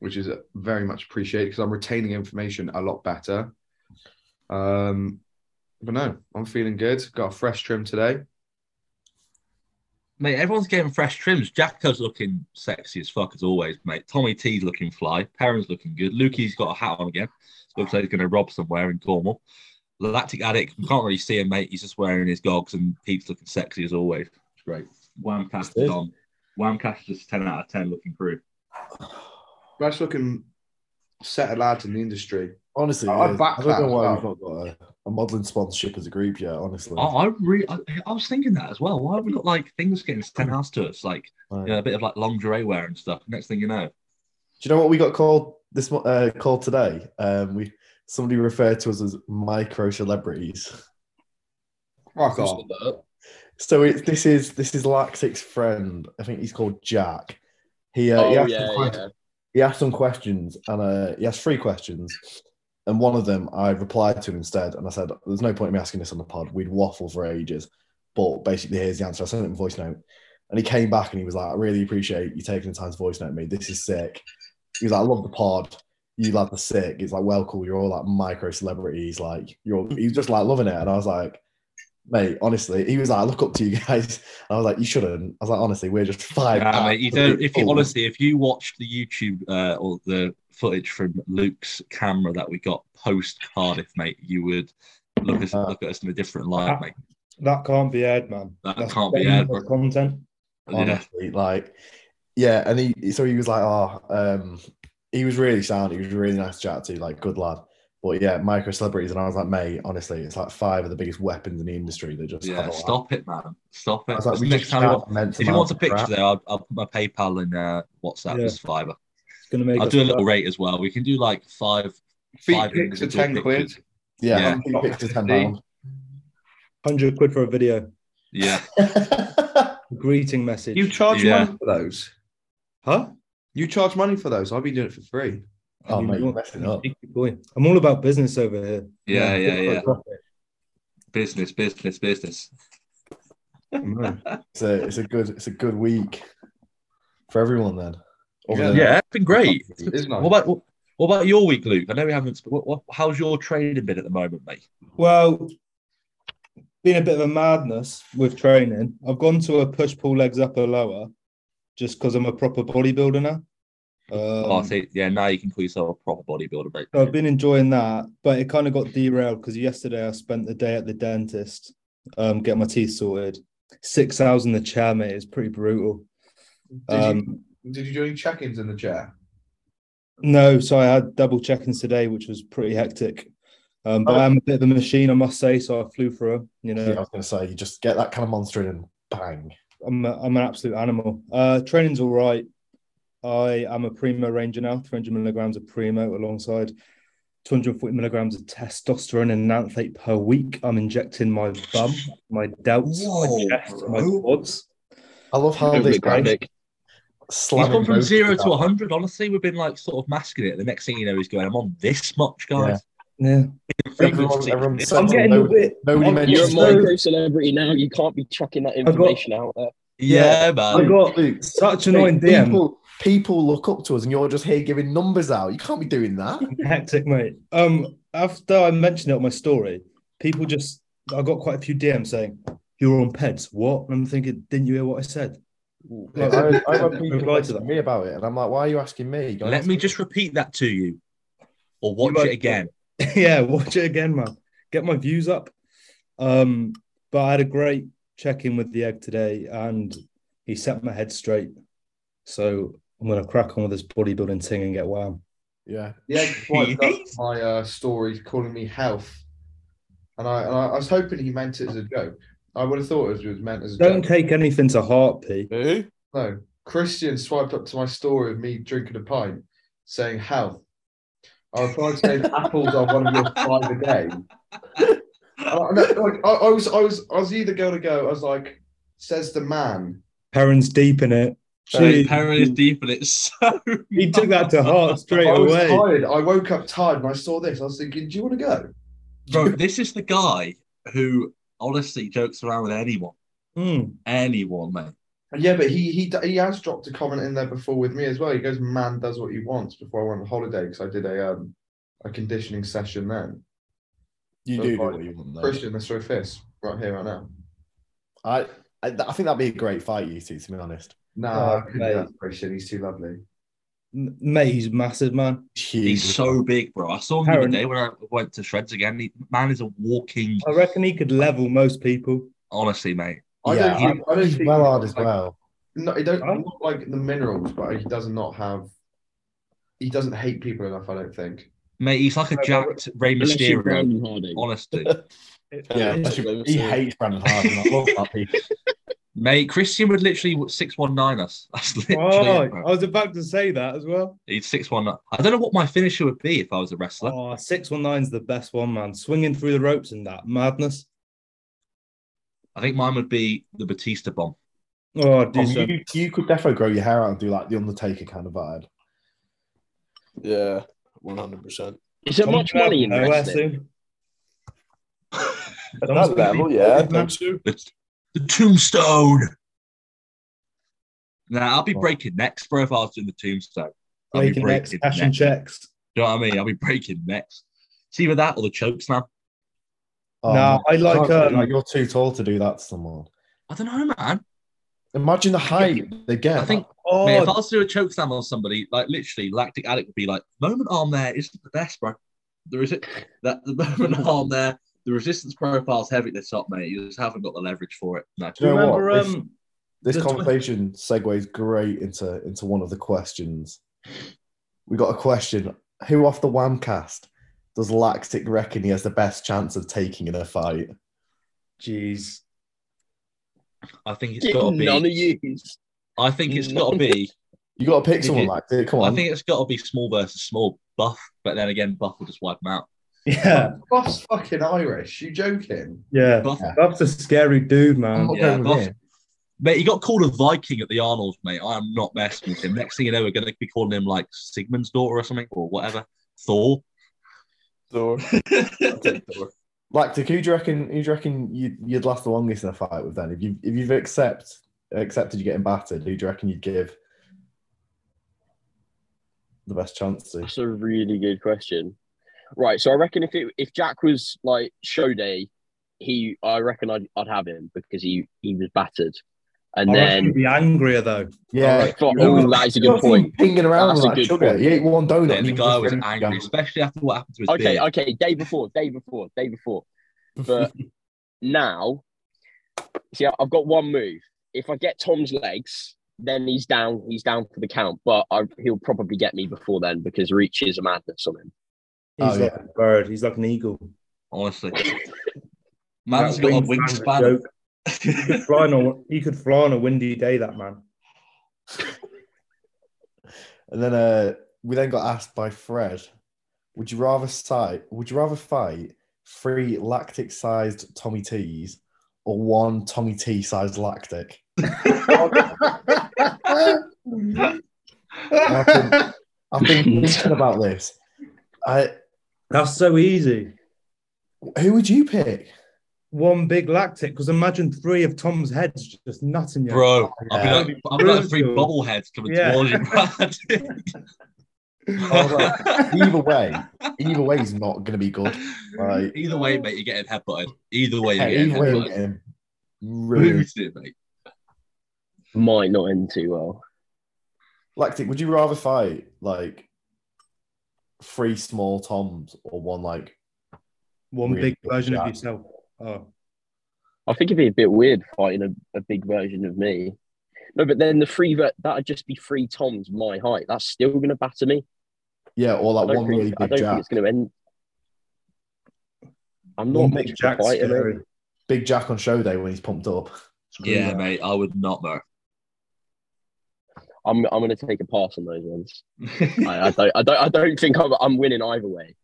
which is very much appreciated because I'm retaining information a lot better. Um, but no, I'm feeling good. Got a fresh trim today.
Mate, everyone's getting fresh trims. Jacko's looking sexy as fuck as always, mate. Tommy T's looking fly. Perrin's looking good. Lukey's got a hat on again. Looks like he's going to rob somewhere in Cornwall. Lactic Addict, we can't really see him, mate. He's just wearing his gogs and Pete's looking sexy as always. It's great. Whamcast is
Yes.
on. Whamcast is 10 out of 10 looking crew.
Best looking set of lads in the industry.
Honestly,
I- I
it is.
back
I
that
don't know why
as
we've not got a, a modelling sponsorship as a group yet. Honestly,
I, I, re- I, I was thinking that as well. Why have we got like things getting sent out to us? Like
Right.
you know, a bit of like lingerie wear and stuff. Next thing you know,
Do you know what we got called this mo- uh, called today? Um, we somebody referred to us as micro celebrities.
Oh,
Rock on.
So it, this is this is Lactic's friend. I think he's called Jack. He uh, he,
oh
asked
yeah,
some que-
yeah.
he asked some questions and uh, he asked three questions, and one of them I replied to instead, and I said, "There's no point in me asking this on the pod. We'd waffle for ages." But basically, here's the answer. I sent him a voice note, and he came back and he was like, "I really appreciate you taking the time to voice note me. This is sick." He was like, "I love the pod." You like the sick. It's like, well, cool. You're all like micro celebrities. Like, you're all, he was just like loving it. And I was like, mate, honestly, he was like, I look up to you guys. And I was like, you shouldn't. I was like, honestly, we're just five.
Nah, mate, you don't. If you
absolute fools.
honestly, if you watched the YouTube uh, or the footage from Luke's camera that we got post Cardiff, mate, you would look at
Uh,
look at us in a different light, mate.
That can't be aired, man.
That
That's
can't be
shameless
aired, bro.
Content.
Yeah.
honestly, like, yeah. And he, so he was like, oh, um, he was really sound. He was really nice to chat to, like, good lad. But yeah, micro celebrities. And I was like, mate, honestly, it's like five of the biggest weapons in the industry. They just
Yeah,
have a laugh.
stop it, man. Stop
I
it.
was like, we
Next
just
time you
can't
want-
meant
if you want a picture
crap.
there, I'll, I'll put my PayPal and uh, WhatsApp
Yeah.
as Fiverr.
It's gonna make.
I'll
us
do a little rate as well. We can do like five.
Feet
five
kicks are
individual
10 quid.
pictures. Yeah.
Yeah, yeah. pictures ten pounds.
hundred quid for a video.
Yeah,
A greeting message.
You charge
Yeah.
money for those.
huh?
You charge money for those. I've been doing it for free.
Oh,
You
mate, you're
want-
messing up.
Boy, I'm all about business over here.
yeah, yeah, yeah. Business, business, business.
No.
It's a it's a good it's a good week for everyone then.
Yeah.
Other than-
it's been great.
It is nice.
What about what, what about your week, Luke? I know we haven't. sp- What, what, how's your training been at the moment, mate?
Well, been a bit of a madness with training. I've gone to a push pull legs up or lower, just because I'm a proper bodybuilder now.
oh, I
Um,
see. yeah, now you can call yourself a proper bodybuilder, mate.
So I've been enjoying that, but it kind of got derailed because yesterday I spent the day at the dentist, um, getting my teeth sorted. Six hours in the chair, mate, is pretty brutal.
Did you-
Um,
Did you do any check-ins in the chair?
No, so I had double check-ins today, which was pretty hectic. Um,
Oh.
but I'm a bit of a machine, I must say. So I flew through 'em, You know,
I was gonna say you just get that kind of monster in and bang.
I'm a, I'm an absolute animal. Uh, training's all right. I am a primo ranger now, 300 milligrams of primo alongside 240 milligrams of testosterone and nanthate per week. I'm injecting my bum, my delts, my
Whoa,
chest, my
bro.
quads.
I love how
Lovely
this guy
graphic.
He's
slamming
gone from
most
zero
of
to
that.
100. Honestly, we've been like sort of masking it. The next thing you know, he's going, I'm on this much, guys.
Yeah.
Everyone,
Frequency.
everyone
It's-
said
I'm
to
getting
no-
a bit.
nobody
I'm-
mentioned
You're a
It's
micro celebrity now. You can't be chucking that
got-
information out there.
yeah,
I
man.
got
Luke,
such
Mate,
annoying DM.
people, people look up to us and you're just here giving numbers out. You can't be doing that.
Hectic, mate. Um, after I mentioned it on my story, people just I got quite a few DMs saying, You're on peds. What? And I'm thinking, didn't you hear what I said?
Like,
Like,
I, I had people
Reply to
asking
that.
me about it, and I'm like, "Why are you asking me?" Go and
Let
ask
me just repeat that to you or watch
You are-
it again.
yeah, watch it again, man. Get my views up. Um, but I had a great check in with the egg today, and he set my head straight. So I'm gonna crack on with this bodybuilding thing and get wham.
Yeah,
Yeah, quite
Jeez.
liked my uh, story calling me health, and I, and I I was hoping he meant it as a joke. I would have thought it was- it was meant as a
Don't
joke.
take anything to heart, P.
Who?
No, Christian swiped up to my story of me drinking a pint, saying health. I replied saying apples are one of your five a day. And I, no, like, I, I was I was I was either going to go. I was like, says the man.
Perrin's deep in it.
Like,
Jeez.
Perrin is deep and it's so.
He took that to heart straight
I was
away.
tired. I woke up tired and I saw this. I was thinking, do you want to go?
Bro, this is the guy who honestly jokes around with anyone.
Mm.
Anyone, mate.
Yeah, but he he he has dropped a comment in there before with me as well. He goes, "Man does what he wants." Before I went on holiday, because I did a um a conditioning session then.
you do do what you want. Though.
Christian, let's throw fists right here, right now.
I, I, I think that'd be a great fight, you two. To be honest,
Nah,
Oh,
I couldn't do
mate.
that, to Christian. He's too lovely.
M- Mate, he's massive, man.
huge.
He's so big, bro. I saw him the
Perrin.
other day when I went to Shreds again. He, man is a walking,
I reckon he could level most people.
honestly, mate.
I
yeah,
don't. Think, I don't
he's
think
well hard as
like,
well.
No, he don't
Huh?
not like the minerals, but he does not have. He doesn't hate people enough. I don't think.
Mate, he's like a
No, but-
jacked Rey
Unless you're
Mysterio,
eh? Brandon Hardy.
honestly.
Yeah, he hates Brandon Harden. I love that piece.
Mate, Christian would literally six one nine us. That's literally
Oh,
it, bro.
I was about to say that as well.
He's six one nine. I don't know what my finisher would be if I was a wrestler.
Oh, 619 is the best one, man. Swinging through the ropes and that madness.
I think mine would be the Batista bomb.
Oh, do
Tom,
so.
you, you could definitely grow your hair out and do like the Undertaker kind of vibe.
Yeah, one hundred percent.
Is there much money in
Nowhere
wrestling?
soon.
At
Someone's
that
gonna be
level, yeah,
voted, man.
don't you?
The, the tombstone. Nah, I'll be breaking necks, bro, if I was doing the tombstone. I'll be
Oh. Breaking necks, cash and
necks.
checks.
Do you know what I mean? I'll be breaking necks. It's either that or the choke slam.
Oh,
Nah, I
my-
like,
can't-
um,
you're too tall to do that to someone.
I don't know, man.
Imagine the height they get.
I think
Oh,
mate, if I was to do a choke slam on somebody, like literally, lactic addict would be like, moment arm there isn't the best, bro. There is it that the moment arm there, the resistance profile's heavy at the top, mate. You just haven't got the leverage for it. No.
Do you know
remember
what? This-
um,
this
the twi-
conversation segues great into into one of the questions. We got a question: Who off the Whamcast does Lactic reckon he has the best chance of taking in a fight?
jeez.
I think it's gotta
Get None
be
of you.
I think it's gotta be
You got to pick
If
someone,
you-
Lactic. Come
I
on.
think it's gotta be small versus small buff, but then again buff will just wipe them out.
Yeah,
Buff's fucking Irish. You joking?
yeah.
Buff
That's a scary dude,
I'm
man.
Oh,
not
yeah,
going with
boss.
him.
Mate, he got called a Viking at the Arnold, mate. I am not messing with him. Next thing you know, we're going to be calling him like Sigmund's daughter or something or whatever. Thor.
Thor. I'll take Thor.
Lactic, who do you reckon? Who do you reckon you'd, you'd last the longest in a fight with? Then, if you if you've accept accepted you getting battered, who do you reckon you'd give the best chance to?
That's a really good question. Right, so I reckon if it, if Jack was like show day, he I reckon I'd, I'd have him because he he was battered, and
I reckon
then
he'd be angrier though.
Yeah,
But-
you know,
oh, that is a
you know,
good point.
Pinging around
That's a
like
good
sugar.
point.
He ate one donut.
Mate,
and
the
he
guy
just
was
went,
angry, especially after what happened to his
Okay,
beard.
okay, day before, day before, day before. But now, see, I- I've got one move. If I get Tom's legs, then he's down. He's down for the count. But I, he'll probably get me before then because reach is a madness on him.
He's
Oh,
like a bird. He's like an eagle.
Honestly. Man's got a wingspan.
He could fly on a, he could fly on a windy day. That man.
And then uh, we then got asked by Fred, "Would you rather fight? Would you rather fight three lactic-sized Tommy T's or one Tommy T sized lactic. I've been, I've been thinking about this. I,
That's so easy.
who would you pick?
One big lactic, because imagine three of Tom's heads just nutting you.
Bro, I'll be like, I'll be like three
Brutal.
bobbleheads coming
Yeah.
towards you, Brad.
Either way, either way is not going to be good. Like,
Either way, mate, you're getting headbutted. Either way, you're
yeah,
getting
either way,
headbutted.
again, really.
Who's it, mate?
Might not end too well.
Lactic, would you rather fight like three small toms or one like
One
Really
big version of
bad.
yourself. Oh,
I think it'd be a bit weird fighting a, a big version of me. No, but then the three ver- that'd just be three Toms my height. That's still going to batter me.
yeah, or
I
like
don't,
one
think,
really
I
big
don't think
jack,
it's going to end. I'm not
one
much
big
of a
jack's
fighter, mate.
scary.
big jack on show day when he's pumped up. Screw
Yeah,
that.
mate, I would not, bro.
I'm I'm going to take a pass on those ones. I, I don't I don't I don't think I'm, I'm winning either way.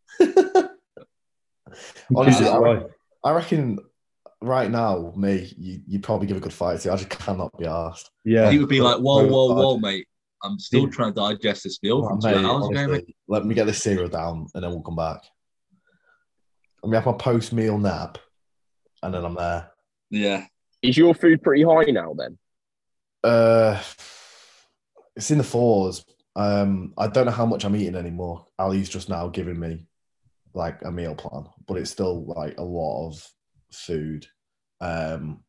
Honestly,
Jesus,
I,
why?
I reckon right now, me, you you probably give a good fight to. I just cannot be asked.
Yeah.
He would be like, whoa, whoa, whoa, mate. I'm still
Yeah.
trying to digest this meal from two
Mate,
hours ago, Oh, mate.
honestly, let me get this cereal down and then we'll come back. Let me have my post meal nap, and then I'm there.
Yeah.
Is your food pretty high now then?
Uh, it's in the fours. Um, I don't know how much I'm eating anymore. Ali's just now giving me like a meal plan, but it's still like a lot of food. Um,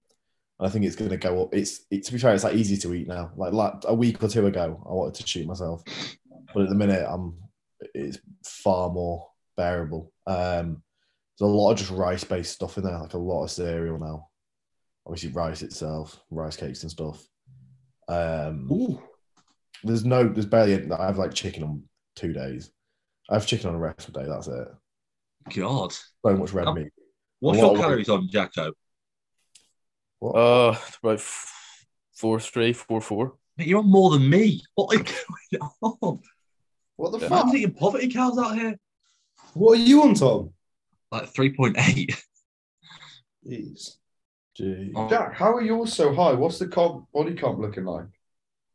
I think it's going to go up. It's it, to be fair, it's like easy to eat now. Like, like a week or two ago, I wanted to shoot myself, but at the minute, I'm it's far more bearable. Um, there's a lot of just rice-based stuff in there, like a lot of cereal now. Obviously, rice itself, rice cakes and stuff. Um, there's no, there's barely. any- I have like chicken on two days. I have chicken on a rest day. That's it.
God.
So much red
Oh.
meat.
What's
What-
your calories on, Jacko?
Uh, about f- four, three, four, four.
Mate, you're on more than me. What is going on?
What the
Yeah.
I'm eating poverty cows out here.
What are you on, Tom?
Like 3.8.
Jeez.
Gee.
Oh.
Jack, how are yours so high? What's the comp, body comp looking like?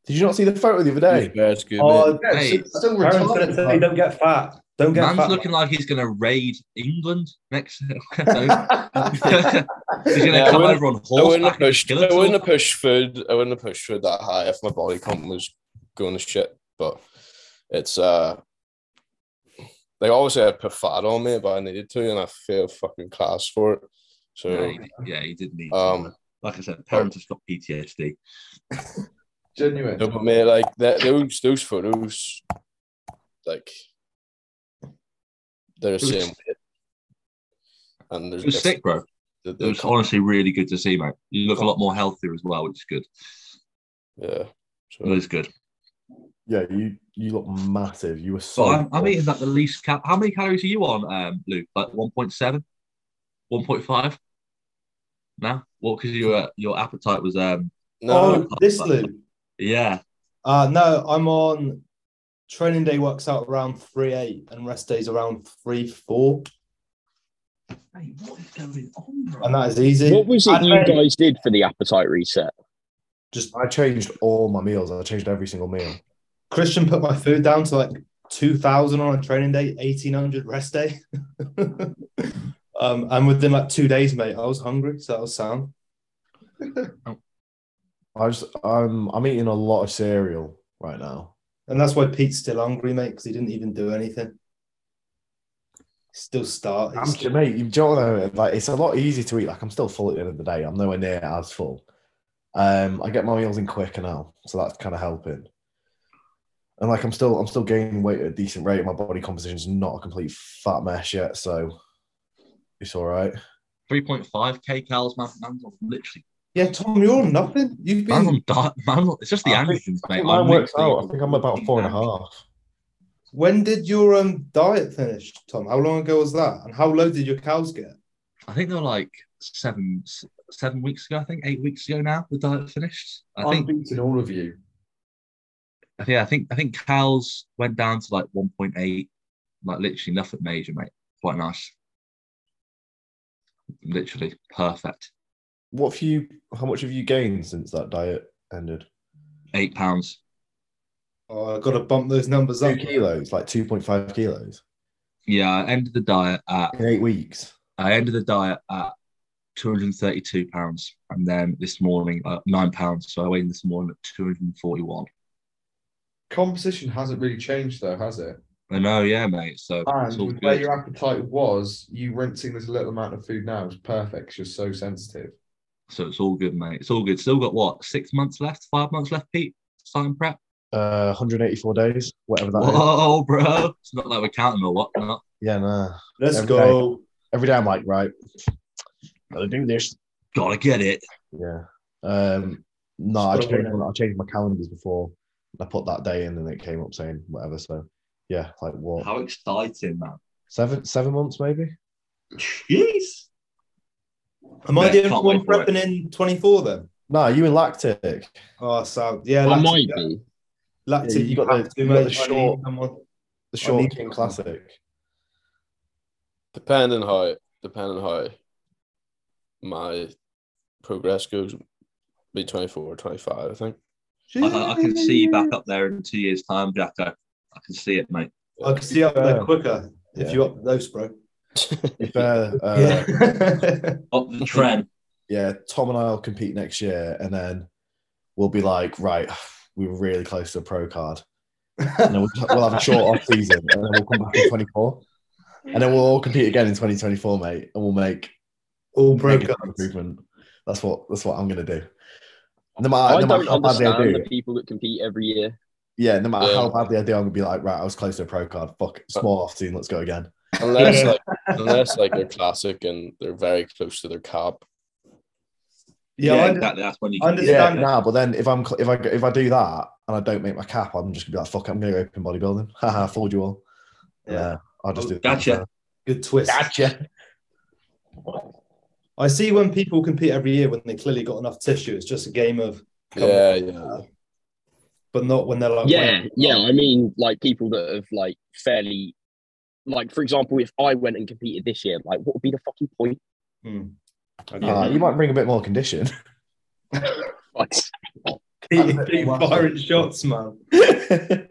Did you not see the photo the other day?
Yeah, it's good. mate.
Oh,
Yeah,
Hey,
it's still
Aaron's going to
retired.
say, don't get fat. Don't get
Man's
fat.
looking like he's going to raid England next. No. he's going
Yeah,
to
I
come
wouldn't-
over on
I wouldn't
horseback.
have pushed.
and
I
kill
wouldn't have
himself.
pushed food. I wouldn't have pushed food that high if my body comp was going to shit. But it's uh, like obviously I put fat on me, but I needed to, and I failed fucking class for it. So
Yeah, he, yeah, he did need. to.
um,
like I said, parents have got PTSD.
Genuine.
no, but mate, like that, those those photos, like they're the
was-
same weight. And there's
It was sick, bro.
the- the
It was
comp-
honestly really good to see, mate. You look a lot more healthier as well, which is good.
yeah.
It
So
is good.
Yeah, you you look massive. You were so.
But I'm, I'm eating like the least cal. How many calories are you on, um, Luke? Like 1.7, 1.5. No, well, because your your appetite was um
no,
oh, this Lou.
yeah
Uh, no, I'm on training day works out around 3 8 and rest days around 3 4.
Mate, what is going on, bro?
And that is easy.
What was it
And
you
then
guys did for the appetite reset?
Just
I changed all my meals. I changed every single meal.
Christian put my food down to like 2000 on a training day, 1800 rest day. um, and within like two days, mate, I was hungry, so that was sound.
I just I'm I'm eating a lot of cereal right now.
And that's why Pete's still hungry, mate, because he didn't even do anything. Still starting.
I'm mate, you don't know. Like it's a lot easier to eat. Like I'm still full at the end of the day. I'm nowhere near as full. Um, I get my meals in quicker now, so that's kind of helping. And like I'm still I'm still gaining weight at a decent rate. My body composition's not a complete fat mess yet, so it's all right.
3.5 k calories, man. Man's on literally.
Yeah, Tom, you're on nothing. You've
Man's
been.
on diet. Man's on, it's just the
I think-
androgens,
I
mate.
think mine
I'm
works
literally-
out. I think I'm about four and a half.
When did your um, diet finish, Tom? How long ago was that? And how low did your cows get?
I think they were like seven s- seven weeks ago. I think eight weeks ago now. The diet finished. I
I'm
think
beating all of you.
yeah. I think I think Cal's went down to like one point eight. Like literally nothing major, mate. Quite nice. Literally perfect.
What have you? How much have you gained since that diet ended?
Eight pounds.
Oh, I've got to bump those numbers
Two
up.
kilos, like two point five kilos
Yeah, I ended the diet at
in eight weeks.
I ended the diet at 232 pounds, and then this morning uh, nine pounds. So I weighed in this morning at 241.
Composition hasn't really changed though, has it?
I know, yeah, mate. So it's all
And where
good.
your appetite was, you rinsing this little amount of food now is perfect 'cause you're so sensitive.
So it's all good, mate. It's all good. Still got what six months left, five months left, Pete. Starting prep.
Uh, 184 days, whatever that is.
Whoa, bro! It's not like we're counting or what. No.
Yeah, nah.
Let's
Every
go.
Every day I'm like, right, gotta do this.
Gotta get it.
Yeah. Um, no, I
Still
changed,
doing
I changed my calendars before. I put that day in, and it came up saying whatever. So, yeah, like
Oh.
what
How exciting, man!
seven seven months maybe?
Jeez.
Am I
Yeah,
the only
can't
one
wait for it.
prepping in 24 then?
No, you and lactic.
Oh, so yeah,
I
lactic-
might be.
Lactic,
Yeah, you
you
got
have
the-
to,
you got
mate.
the
I need
short-
someone-
The
I
short
need
king
one.
classic.
Depending how depending how my progress goes, be 24 or 25, I think.
I, I- I can see you back up there in two years' time, Jacko. I can see it, mate.
I can see up there
Yeah.
quicker if
Yeah.
you up those, bro.
If uh, uh, yeah.
yeah.
Up the trend.
Tom and I'll compete next year, and then we'll be like, right, we were really close to a pro card. And then we'll, we'll have a short off season, and then we'll come back in 24, and then we'll all compete again in 2024, mate, and we'll make
All broke
negative improvement. That's what that's what I'm gonna do. No matter,
I
no matter
don't
how badly I
understand
do,
the people that compete every year.
yeah, no matter
Yeah.
how badly I do, I'm gonna be like, right, I was close to a pro card. Fuck,
Uh,
small off season, let's go again.
Unless like unless like they're classic and they're very close to their cap.
Yeah, I-
exactly. That's when you
I
can
Yeah,
understand that.
nah, but then if I'm cl- if I go- if I do that and I don't make my cap, I'm just gonna be like, fuck, I'm gonna go open bodybuilding. Haha, fooled you all. Yeah, I'll
Oh,
just do Uh, that.
Gotcha.
good twist.
Gotcha.
I see when people compete every year when they clearly got enough tissue. It's just a game of,
Yeah, yeah.
but not when they're like,
Yeah,
waiting.
yeah. I mean, like people that have like fairly, like for example, if I went and competed this year, like what would be the fucking point?
Hmm. Okay.
Uh, you might bring a bit more condition.
Like,
Keep- keep firing shots, man.
hey,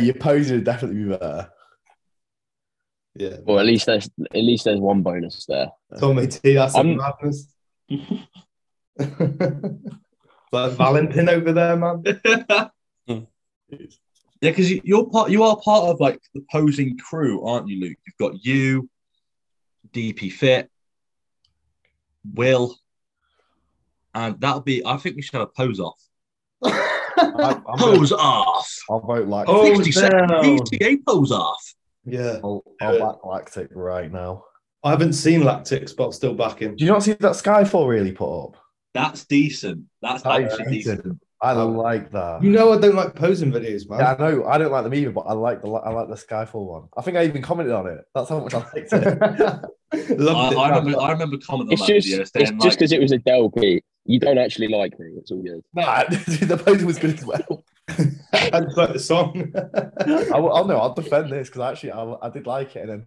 your posing would definitely be better.
yeah,
well, at least there's at least there's one bonus there.
Tommy T, that's a
I'm-
madness. like Valentin over there, man.
yeah, because you, you're part. You are part of like the posing crew, aren't you, Luke? You've got you, DP Fit, Will, and that'll be. I think we should have a pose off.
I, I'm gonna,
Pose off.
I'll vote like.
Oh,
60 second
damn.
PTA pose off.
Yeah,
I'll, I'll back lactic right now.
I haven't seen Lactics, but I'll still back him.
Do you not see that Skyfall really put up?
That's decent. That's
That is
actually
decent.
decent.
I
Oh.
like that.
You know I don't like posing videos, man.
yeah, I know. I don't like them either, but I like the I like the Skyfall one. I think I even commented on it. That's how much I liked it.
I,
Loved it.
I remember. I remember commenting
It's
on that
just
video
it's
saying
just
like,
because it was a Del P. You don't actually like me. It's all good.
Nah, the posing was good as well.
I just like the song.
I, will- I'll know. I'll defend this because actually I, I did like it, and then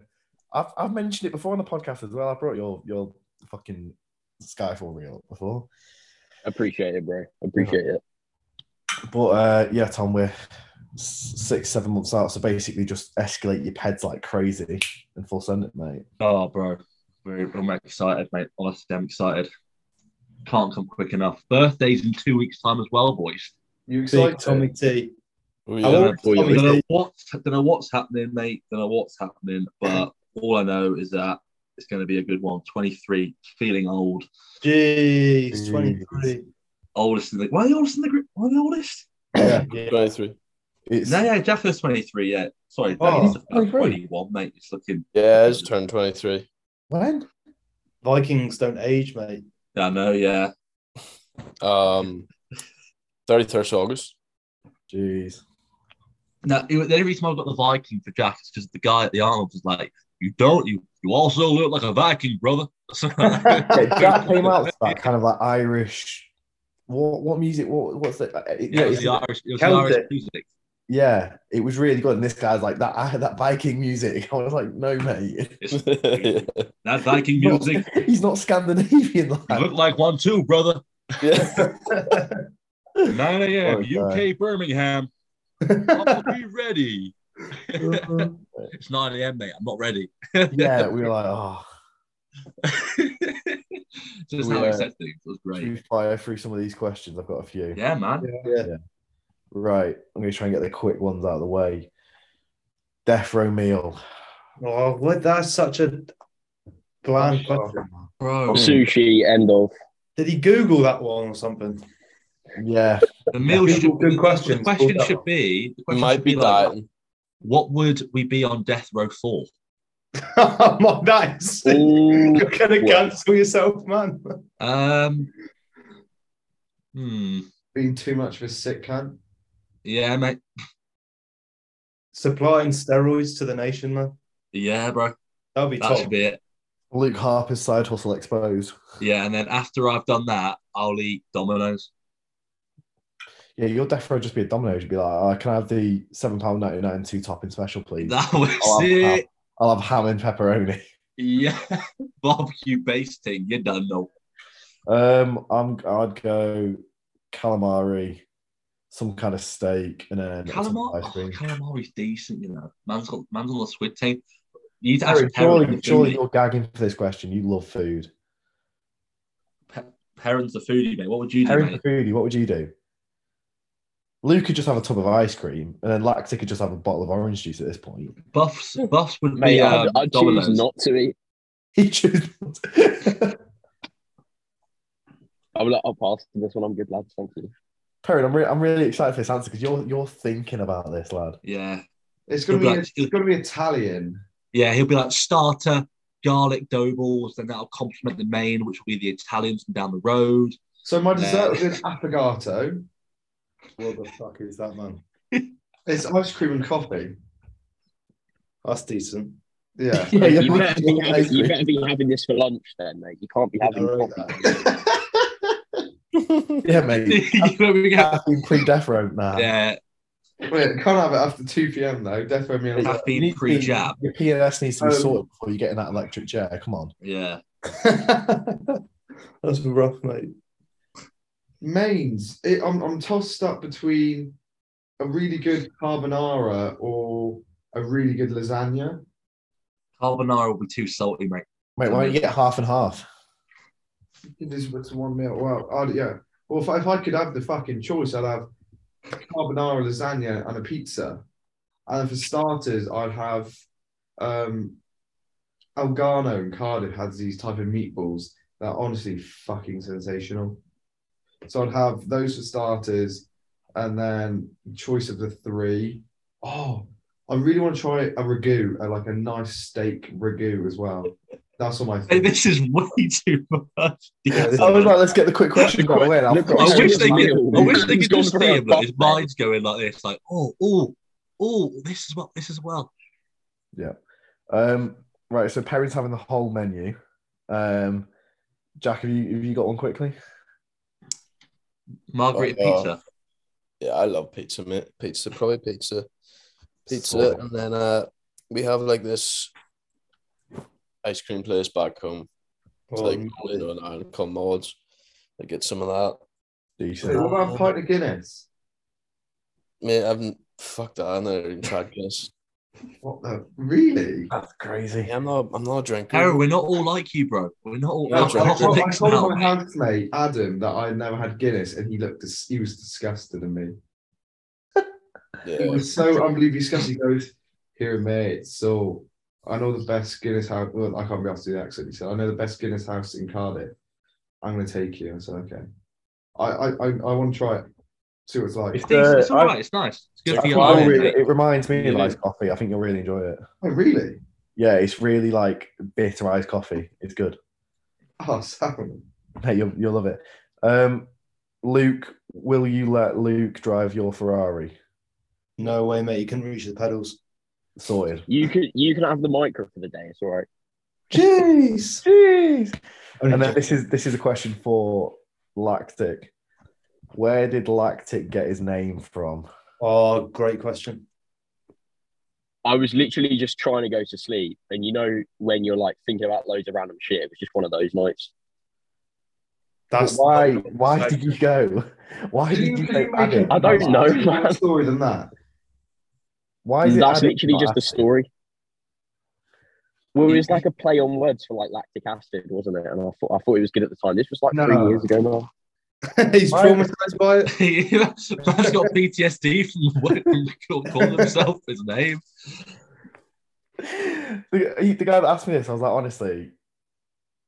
I've, I've mentioned it before on the podcast as well. I brought your your fucking Skyfall reel up before,
Appreciate it, bro. Appreciate it.
but uh, yeah, Tom, we're s- six seven months out, so basically just escalate your peds like crazy and full send it, mate.
"Oh, bro, we're, I'm excited, mate. Honestly, I'm excited. Can't come quick enough. Birthday's in two weeks' time as well, boys.
You
Big
excited?
Tommy T.
Oh,
How
yeah.
old is
Oh, yeah.
Tommy
don't know
T?
what's don't know what's happening, mate. Don't know what's happening, but all I know is that it's going to be a good one. 23, feeling old,
Jeez, 23.
oldest in the. Why the oldest in the group? Why the oldest?
Yeah,
Yeah.
23.
it's
No, yeah, Jacko's 23. Yeah, sorry,
Oh,
Danny's about
23.
21, mate. It's looking.
Yeah, I just turned 23.
when
Vikings don't age, mate.
I know. Yeah,
Um 31st August.
jeez.
No, it, was- the only reason why I got the Viking for Jack is because the guy at the Arnold was like, "You don't, you you also look like a Viking, brother."
Yeah, Jack came out with that kind of like Irish. What what music? What what's that?
Yeah, it was
it's-
the Irish, it was the
Celtic.
Irish music.
yeah, it was really good. And this guy's like that I, that Viking music. I was like, no, mate,
It's- that Viking music.
he's not Scandinavian.
You look
Like.
like one too, brother.
yeah.
9 a.m.
Okay.
UK Birmingham. I'll be ready. It's 9 a.m., mate. I'm not ready.
yeah, we were like, oh,
Just
We,
how he
uh,
said things. It was
should we
great.
fire through some of these questions? I've got a few.
Yeah, man.
Right, I'm going to try and get the quick ones out of the way. Death row meal.
Oh, what, that's such a bland
Oh,
question.
Bro,
Sushi, end of.
Did he Google that one or something?
Yeah,
the meal
Good
should the-
questions.
The question
Well
should be, the question
might
should
be
like,
dieting.
what would we be on death row for?
oh, nice.
Ooh,
uh,
You're gonna
Well.
cancel yourself, man.
Um, hmm.
Being too much of a sick cunt.
Yeah, mate.
Supplying steroids to the nation, man.
Yeah, bro.
That'll be
That
top.
should be it.
Luke Harper's side hustle exposed.
Yeah, and then after I've done that, I'll eat Domino's.
Yeah, your death row would just be a domino. You'd be like, oh, can I have the seven pound ninety nine two topping special, please?
That was
I'll have,
it.
I'll have ham and pepperoni.
Yeah, barbecue basting. You done though.
Um, I'm I'd go calamari, some kind of steak, and then some
Calamari,
ice cream.
oh, calamari's decent, you know. Man's got man's on the squid team. You need to ask
Terry,
Perrin
surely,
the
surely
foodie.
you're gagging for this question. You love food.
Perrin's the foodie, mate. What would you do,
Terry
mate?
Foodie, what would you do? Luke could just have a tub of ice cream, and then Lactic could just have a bottle of orange juice at this point.
Buffs, buffs would
Mate,
be um,
I'd, I'd choose
Domino's.
not to eat.
He just
I'm like, I'll pass this one. I'm good, lads. Thank you.
Perrin, I'm, re- I'm really excited for this answer because you're you're thinking about this, lad.
Yeah,
It's gonna be
Good luck.
it's gonna be Italian.
yeah. He'll be like starter garlic dough balls, then that'll complement the main, which will be the Italians from down the road.
So my
Nah.
dessert was an affogato.
What the fuck is that, man?
It's ice cream and coffee.
That's decent.
Yeah.
Yeah,
you,
you're
better be
thinking ice
having, you
cream.
better be having this for lunch then, mate. You can't be having
Alright,
coffee.
Yeah, mate.
You know, we got-
Caffeine pre death row now.
yeah,
Wait, can't have it after 2 p.m. though. Definitely meal.
caffeine pre jab.
Your PNS needs to be
Um,
sorted before you get in that electric chair. Come on.
Yeah,
That's rough, mate.
Mains. It, I'm, I'm tossed up between a really good carbonara or a really good lasagna.
carbonara will be too salty, mate.
Mate, why
um,
don't you get half and half?
It is what's one meal. Well, I'd, yeah. Well, if I, if I could have the fucking choice, I'd have carbonara, lasagna, and a pizza. And for starters, I'd have um, Elgano in Cardiff has these type of meatballs that are honestly fucking sensational. So I'd have those for starters, and then choice of the three. Oh, I really want to try a ragu, uh, like a nice steak ragu as well. That's on my
Hey,
thing.
This is way too much.
I was like, let's get the quick questions out of the way. and I'll-
The quick-
I wish they could.
It's
I
mild.
wish they
It's
could just
gone for
see
a
him. Like, his
buffet.
mind's going like this, like, oh, oh, oh, this is well, this is well.
Um, right, so parents having the whole menu. Um, Jack, have you have you got one quickly?
Margarita
Oh,
pizza.
yeah, I love pizza, mate. Pizza, probably pizza. Pizza.
Sorry.
And then uh we have like this ice cream place back home. It's
Oh,
like Orlando and Ireland called Mods. I get some of that.
What
Decent.
about a pint of Guinness?
Mate, I've fucked that. I never even tried Guinness.
What the really?
That's crazy.
Yeah, I'm not. I'm not a drinker.
Harry, we're not all like you, bro. We're not all
No,
I,
Jack.
told- I
alcoholics now.
told my
mate.
housemate Adam that I never had Guinness, and he looked dis- he was disgusted at me. He
Yeah.
was so unbelievably disgusted. He goes, "Here, mate, so I know the best Guinness house. Well, I can't be asked to do the accent." He said, "I know the best Guinness house in Cardiff. I'm going to take you." I said, "Okay, I I I, I want to try it, see what it's like."
It's decent. It's
Uh, I-
alright. It's nice. It's good
Jack,
for your
I
Well,
iron,
really-
mate.
it reminds me of
Yeah.
iced coffee. I think you'll really enjoy it.
Oh, really?
Yeah, it's really like bitter iced coffee. It's good.
Oh, Sam.
Hey, you'll you'll love it. Um, Luke, will you let Luke drive your Ferrari?
No way, mate. You couldn't reach the pedals.
Sorted.
You can you can have the micro for the day. It's all right.
Jeez, jeez.
Only
And then
joking.
this is this is a question for Lactic. Where did Lactic get his name from?
Oh, great question.
I was literally just trying to go to sleep, and you know when you're like thinking about loads of random shit. It was just one of those nights.
That's
why? Why did you go? Why did you go? Adam?
I don't know, man.
Story than that.
Why is it
That's
Adam?
literally just a story. Well, it was like a play on words for like lactic acid, wasn't it? And I thought I thought it was good at the time. This was like
No.
three years ago now.
He's
Why-
traumatized by it.
Man's got PTSD from working calling himself his name.
the, he- the guy that asked me this, I was like, honestly,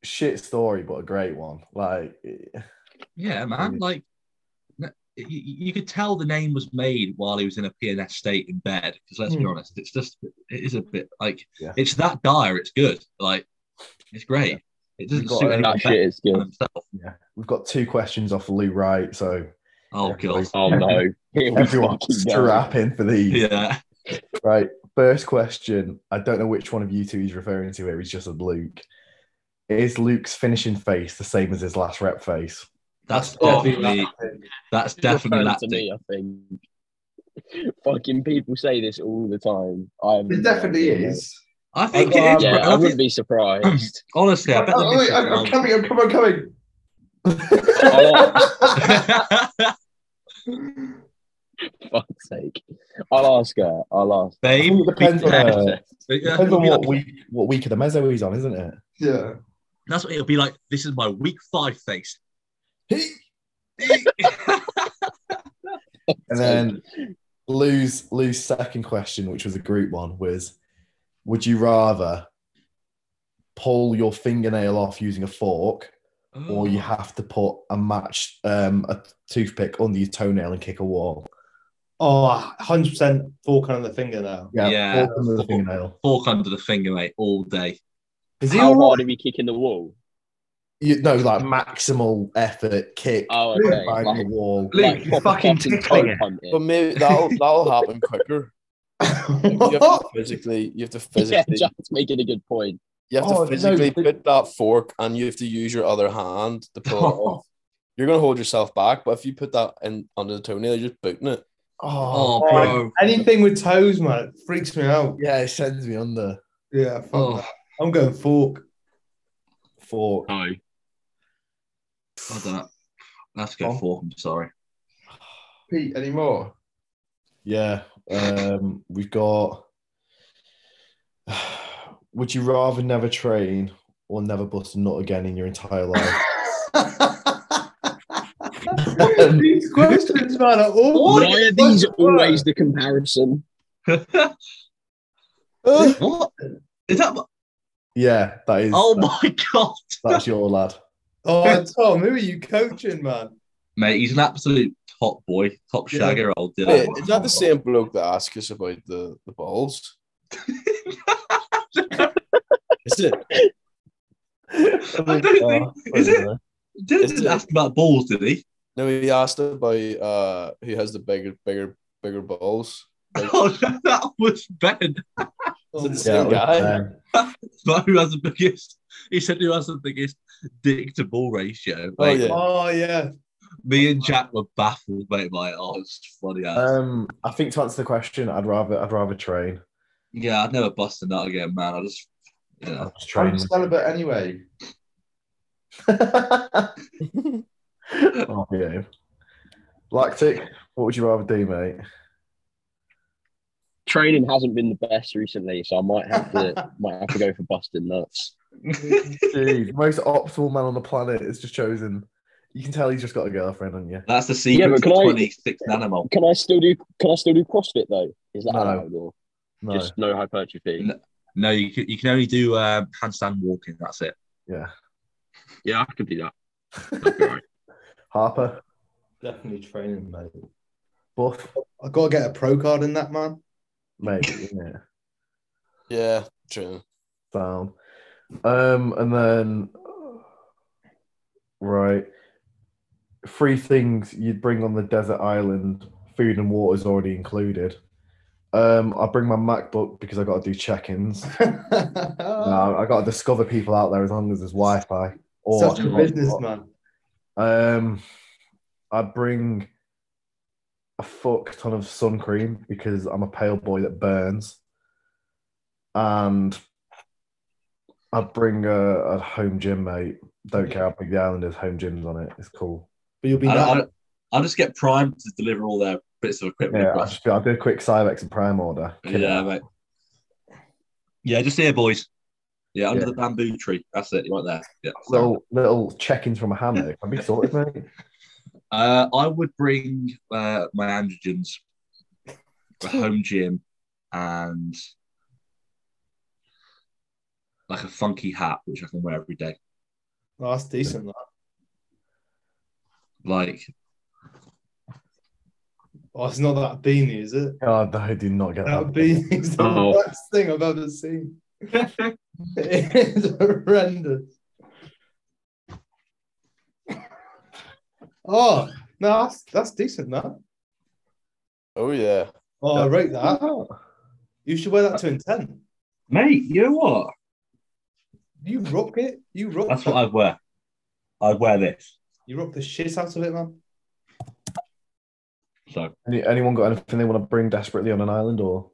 shit story, but a great one. Like,
Yeah, man. Like, n- you, you could tell the name was made while he was in a PNS state in bed. Because let's be
Hmm.
honest, it's just it is a bit like
Yeah.
it's that dire. It's good. Like, it's great. It doesn't
We've got,
suit
uh,
anyone
That
better
shit is
than
good.
himself.
we've got two questions off Lou Wright, so
Oh god.
Oh no! Here we
everyone
fucking go.
strap in for these.
Yeah.
Right. First question. I don't know which one of you two he's referring to here. He's just said Luke. Is Luke's finishing face the same as his last rep face?
That's
Oh,
definitely that's definitely
Referring to
lactic.
me, I think. Fucking people say this all the time. I have
It
no
definitely
idea,
is.
I think
I-
it
mate.
is.
Yeah,
bro.
I
I
wouldn't
think,
be surprised.
honestly, I
Oh,
bet.
oh, wait, I'm, I'm coming. I'm coming. I'm coming.
I'll,
coming.
fuck's sake. I'll ask her. I'll ask.
I
Babe,
think it depends on,
Yeah.
uh,
But yeah,
depends
it'll
on
be
what
like-
week what week of the mezzo he's on, isn't it?
Yeah.
That's what it'll be like. This is my week five face.
And then Lou's Lou's second question, which was a group one, was would you rather pull your fingernail off using a fork or you
Mm.
have to put a match um, a toothpick under your toenail and kick a wall?
Oh, 100% fork on the finger now.
Yeah.
fork under the fingernail.
fork under the finger, mate, all day.
Is he
How
all
hard
right?
are we kicking the wall?
You know, like maximal effort, kick,
Oh, okay.
find
Like-
the wall.
Luke, you're
proper
fucking
fucking
tickling
toe
it.
punting.
But maybe that'll that'll happen quicker. You have to
What?
physically, you have to
Yeah,
physically,
Jack's making a good point.
you have to
Oh, no,
physically
but-
put that fork, and you have to use your other hand to pull it off. You're gonna hold yourself back, but if you put that in under the toenail, you're just booting it.
Oh,
Oh, bro.
Anything with toes, man, freaks me out.
yeah, it sends me under
Yeah, fuck
Oh.
that. I'm going fork.
fork.
No.
I don't know. That's good
Oh.
fork. I'm sorry.
Pete, any more?
Yeah. Um, we've got. Would you rather never train or never bust a nut again in your entire life? Um,
These questions, man, are all.
Why are these always the comparison?
what? Is that?
yeah, that is.
Oh
that-
my god,
that's your lad.
Oh, Tom, who are you coaching, man?
mate, he's an absolute top boy, top
Yeah.
shagger old
Wait,
Dylan.
is that the same bloke that asked us about the, the balls? is it?
I don't think. Is it? Dylan
Is
didn't
it-
ask about balls, did he?
No, he asked about uh who has the bigger bigger bigger balls.
Oh, that was Ben.
Is it the
Yeah,
same guy?
um,
But who has the biggest? He said who has the biggest dick to ball ratio.
Oh,
Like,
yeah.
Oh, yeah.
Me and Jack were baffled, mate. Like, oh, it's funny. Ass.
Uh,
um, I think to answer the question, I'd rather I'd rather train.
yeah, I'd never bust a nut again, man. I just, you know.
Just
Trying
train.
to celebrate anyway.
oh, yeah. Lactic, what would you rather do, mate?
Training hasn't been the best recently, so I might have to might have to go for busting nuts.
Dude, the most optimal man on the planet has just chosen. You can tell he's just got a girlfriend on you.
That's the secret
Yeah,
to
but can I-
26 nanomole.
Can I still do can I still do CrossFit though? Is that
No.
allowed or
No.
just no hypertrophy?
No. No, you can, you can only do um, handstand walking. That's it.
Yeah.
Yeah, I could do that. That'd be all right.
Harper,
Definitely training, mate.
Buff,
i got to get a pro card in that, man.
mate. Yeah.
Yeah, true.
Down. Um, and then, right. Three things you'd bring on the desert island. Food and water is already included. Um, I bring my MacBook because I got to do check-ins. No, I got to discover people out there as long as there's Wi-Fi.
oh,
Or
Such a businessman.
Um, I bring a fuck ton of sun cream because I'm a pale boy that burns. And I bring a, a home gym, mate. Don't care how big the island is, home gym's on it. It's cool.
But you'll be
I,
that.
I, I'll just get Prime to deliver all their bits of equipment.
Yeah, I,
across.
just, I did a quick Cybex and Prime order. Kill it.
yeah, mate. Yeah, just here, boys. Yeah, under
Yeah.
the bamboo tree. That's it, right there. Yeah.
Little little check-ins from a hammock. I'd be sorted, mate.
Uh, I would bring uh, my androgens, the home gym, and like a funky hat which I can wear every day.
Oh, that's decent. That.
Like,
Oh, it's not that beanie, is it?
God, Oh, no, I did not get that.
That beanie's the
Oh.
worst thing I've ever seen. it is horrendous. Oh, no, that's, that's decent, that.
Oh yeah.
Oh, I rate that. You should wear that to intent.
mate, you know what?
You rock it. You rock
That's
that.
what I'd wear. I'd wear this.
You rock the shit out of it, man.
So
Any- Anyone got anything they want to bring desperately on an island or?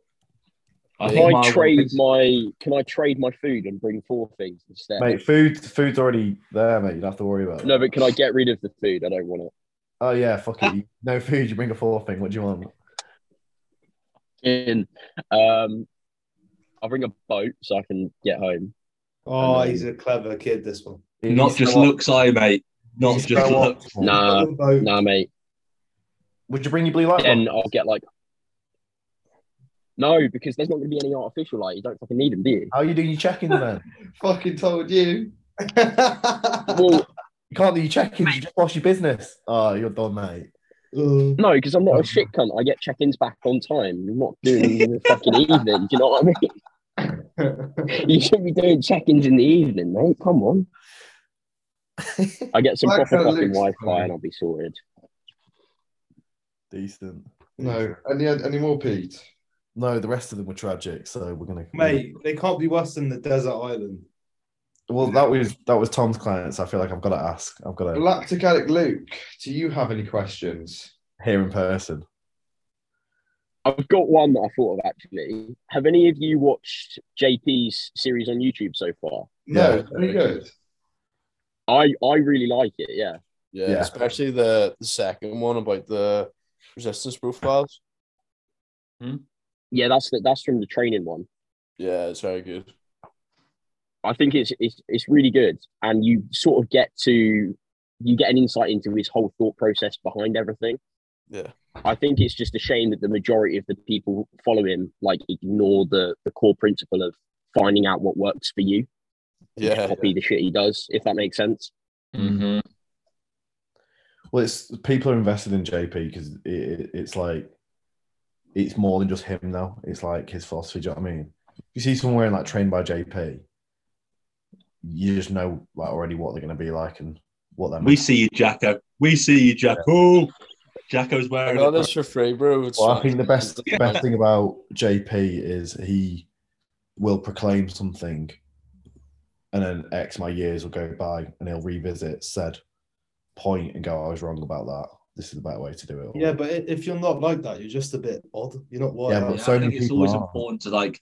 I
Can
think
Can I
my-
trade my? Can I trade my food and bring four things instead?
Mate, food, food's already there, mate. You don't have to worry about it.
No, but can I get rid of the food? I don't want
Oh yeah, fuck it. No food. You bring a fourth thing. What do you want?
it. In, um, I'll bring a boat so I can get home.
Oh,
And, um,
he's a clever kid, this one.
Not just
look.
looks, I mate. Not
He's
just
so
look.
awful.
Nah,
Boat.
nah, mate.
Would you bring your blue light?
Then
bulb?
I'll get like. No, because there's not going to be any artificial light. You don't fucking need them, do you?
How are you doing your check-ins then?
Fucking told you.
Well,
You can't do your check-ins. You just lost your business. Oh, you're done, mate.
Ugh.
no, because I'm not a shit cunt. I get check-ins back on time. You're not doing them in the fucking evening. Do you know what I mean? You should be doing check-ins in the evening, mate. Come on. I get some
Like
proper
how
fucking
Luke's
Wi-Fi
funny.
and I'll be sorted.
Decent.
No. Any any more, Pete?
No, the rest of them were tragic, so we're gonna.
Mate, they can't be worse than the desert island.
Well, that was that was Tom's client, so I feel like I've got to ask. I've got to
Galactic Addict Luke, do you have any questions?
hear in person.
I've got one that I thought of actually. Have any of you watched JP's series on YouTube so far?
No,
Yeah.
very good.
I I really like it. Yeah.
yeah,
Yeah.
Especially the, the second one about the resistance profiles.
Yeah, that's the, that's from the training one.
Yeah, it's very good.
I think it's it's it's really good, and you sort of get to you get an insight into his whole thought process behind everything.
Yeah.
I think it's just a shame that the majority of the people who follow him like ignore the the core principle of finding out what works for you. and just
Yeah.
copy the shit he does, if that makes sense.
Mm-hmm.
Well, it's people are invested in JP because it, it, it's like it's more than just him now. It's like his philosophy. Do you know what I mean? If you see someone wearing like trained by JP, you just know like already what they're going to be like and what they're.
We see you, Jacko. We see you, Jacko. Jacko's
I
wearing
got
it.
this for free, bro. It's
Well, I
fine.
think the best
Yeah.
best thing about JP is he will proclaim something, and then X my years will go by, and he'll revisit said point and go, "I was wrong about that. This is the better way to do it." or-
Yeah, but i- if you're not like that, you're just a bit odd. You're not
Yeah,
wild.
but-
Yeah,
so
I think
many
it's
people
always
are.
important to like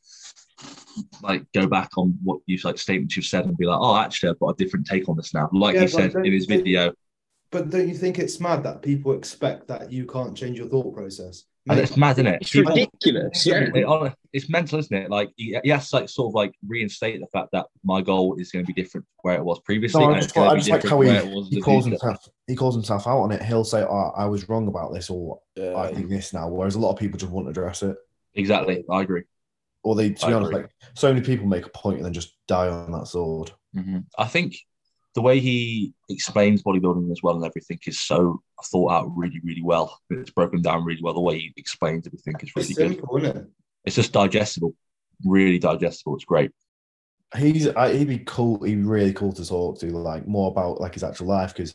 like go back on what you've like statements you've said and be like, oh actually I've got a different take on this now. Like
Yeah,
he
but
said
don't
in his
you think-
video.
But don't you think it's mad that people expect that you can't change your thought process?
And
Mate,
it's mad, isn't it?
It's ridiculous. Yeah.
It- hon- it's mental, isn't it? Like he, he has to like sort of like reinstate the fact that my goal is going to be different to where it was previously.
No,
and
I
it's
just,
gonna
I
be
just like
different
how
where it
he,
was in
he
the
calls
future.
himself he calls himself out on it. He'll say, "Oh, I was wrong about this," or
Yeah.
"I think this now." Whereas a lot of people just won't address it,
Exactly. I agree.
or they, to
I
be honest,
agree.
like so many people make a point and then just die on that sword.
Mhm. I think the way he explains bodybuilding as well and everything is so thought out really, really well. It's broken down really well. The way he explains everything is really
it's
good.
simple, isn't it?
It's just digestible, really digestible. It's great.
He's I, he'd be cool. He'd be really cool to talk to, like more about like his actual life because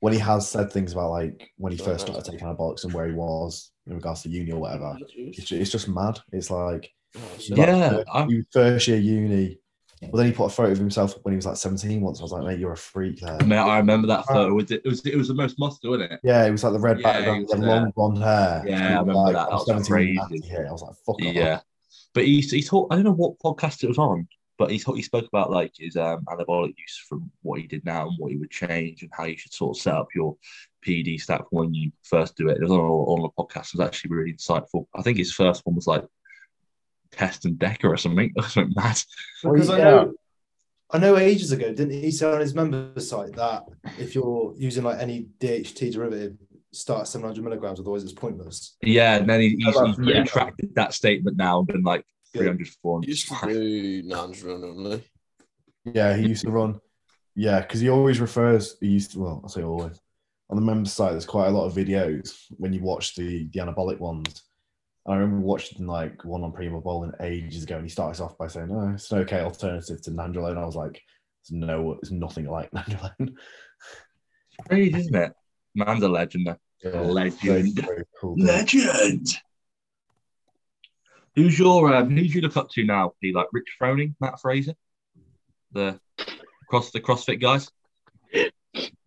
when he has said things about like when he first started taking anabolics and where he was in regards to uni or whatever, it's, ju- it's just mad. It's like
Oh, shit.
Yeah,
Like,
I'm-
you first year uni, But then he put a photo of himself when he was like 17 once. I was like, mate, you're a freak there.
Man, I remember that photo. It was it was, it was the most mustard, wasn't it?
Yeah, it was like the red
Yeah,
background,
he
the
was uh,
long blonde hair.
Yeah,
He
I
was
remember
like,
that.
"I'm
That was
17 and
crazy.
nasty here." I was like, fuck off.
Yeah, but he he talked. I don't know what podcast it was on, but he talk, he spoke about like his um, anabolic use from what he did now and what he would change and how you should sort of set up your PD stack when you first do it. It was on, a- on a podcast. It was actually really insightful. I think his first one was like Test and Decker or something. something mad.
Because
Because
I
I
yeah.
know,
know-
I know ages ago, didn't he say on his member site that if you're using like any DHT derivative, start at 700 milligrams, otherwise it's pointless.
Yeah, and then he, he's,
Yeah.
he's retracted that statement now and been like
Yeah.
300 400.
You used to do Nan's run only.
Yeah, he used to run. Yeah, because he always refers. He used to. Well, I say always. On the member site, there's quite a lot of videos when you watch the the anabolic ones. And I remember watching like one on Primo Bowling ages ago, and he starts off by saying, "Oh, it's an okay alternative to nandrolone." I was like, "It's no, it's nothing like nandrolone."
Crazy, isn't it? Man's a legend. though.
Yeah.
Legend.
Very, very cool dude.
Legend. Who's your um, who's you look up to now? Be like Rich Froning, Matt Fraser, the cross the CrossFit guys.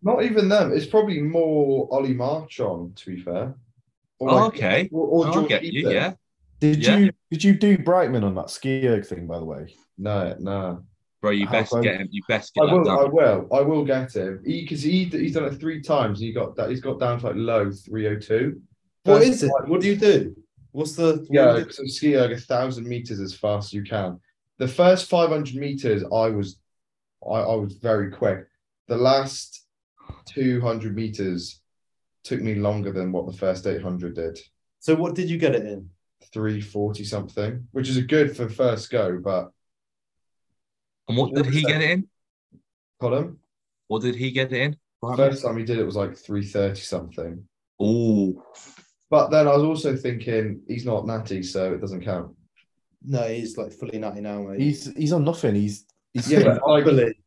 Not even them. It's probably more Ollie Marchon, to be fair. Or
Oh,
like-
okay,
Or, or
I'll
George
get you.
Ethan.
Yeah,
Did
Yeah.
you did you do Brightman on that ski erg thing? By the way,
No, no.
bro, you
How
best
close?
get him. You best
I
get that
will. I
done.
will. I will get him. Because he, he's done it three times. He got that. He's got down to like low three hundred two.
What
First
is it?
time-
What do you do? What's the what do
Yeah,
you do?
so ski erg a thousand meters as fast as you can. The first five hundred meters, I was, I, I was very quick. The last two hundred meters took me longer than what the first eight hundred did.
So what did you get it in?
Three forty something, which is good for first go. But
And what did he get it in?
Colin,
What did he get it in?
first time he did it was like three thirty something.
Oh,
But then I was also thinking he's not natty, so it doesn't count.
No, he's like fully natty now, mate.
he's he's on nothing. He's he's
Yeah,
fit.
but like,
Fully.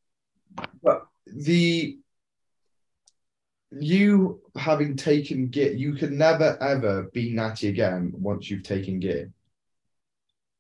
the you having taken gear, you can never ever be natty again once you've taken gear.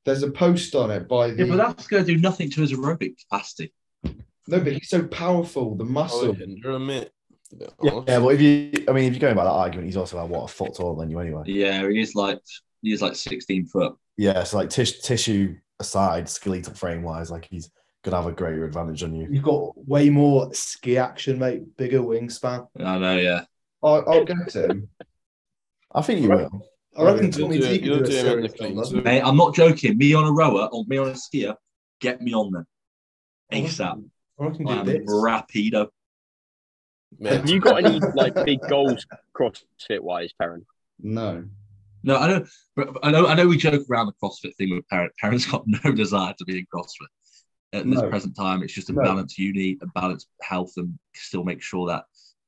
There's a post on it by the
yeah, but that's going to do nothing to his aerobic capacity.
no, but he's so powerful, the
I
muscle.
would hinder him, mate. to be
Yeah,
honest.
yeah, but if you, I mean, if you're going by that argument, he's also like what a foot taller than you anyway.
Yeah, he is like he is like 16 foot.
Yeah, so like tish, tissue aside, skeletal frame wise, like he's gonna have a greater advantage on you.
You've got way more ski action, mate. Bigger wingspan.
I know. Yeah,
I, I'll get him.
I think you will.
I reckon
Oh, You'll
Tommy
do
T
it-
can
you'll
do a
do it
serious
in the
number.
clean,
mate, I'm not joking. Me on a rower or me on a skier, get me on them ASAP.
I reckon
I'm
do this.
rapido.
Mate,
Have you got any like big goals CrossFit wise, Perrin?
No.
No, I know, but but I know, I know. We joke around the CrossFit thing with parents. Parents got no desire to be in CrossFit at this
No.
present time. It's just a
No.
balance you need, a balance health, and still make sure that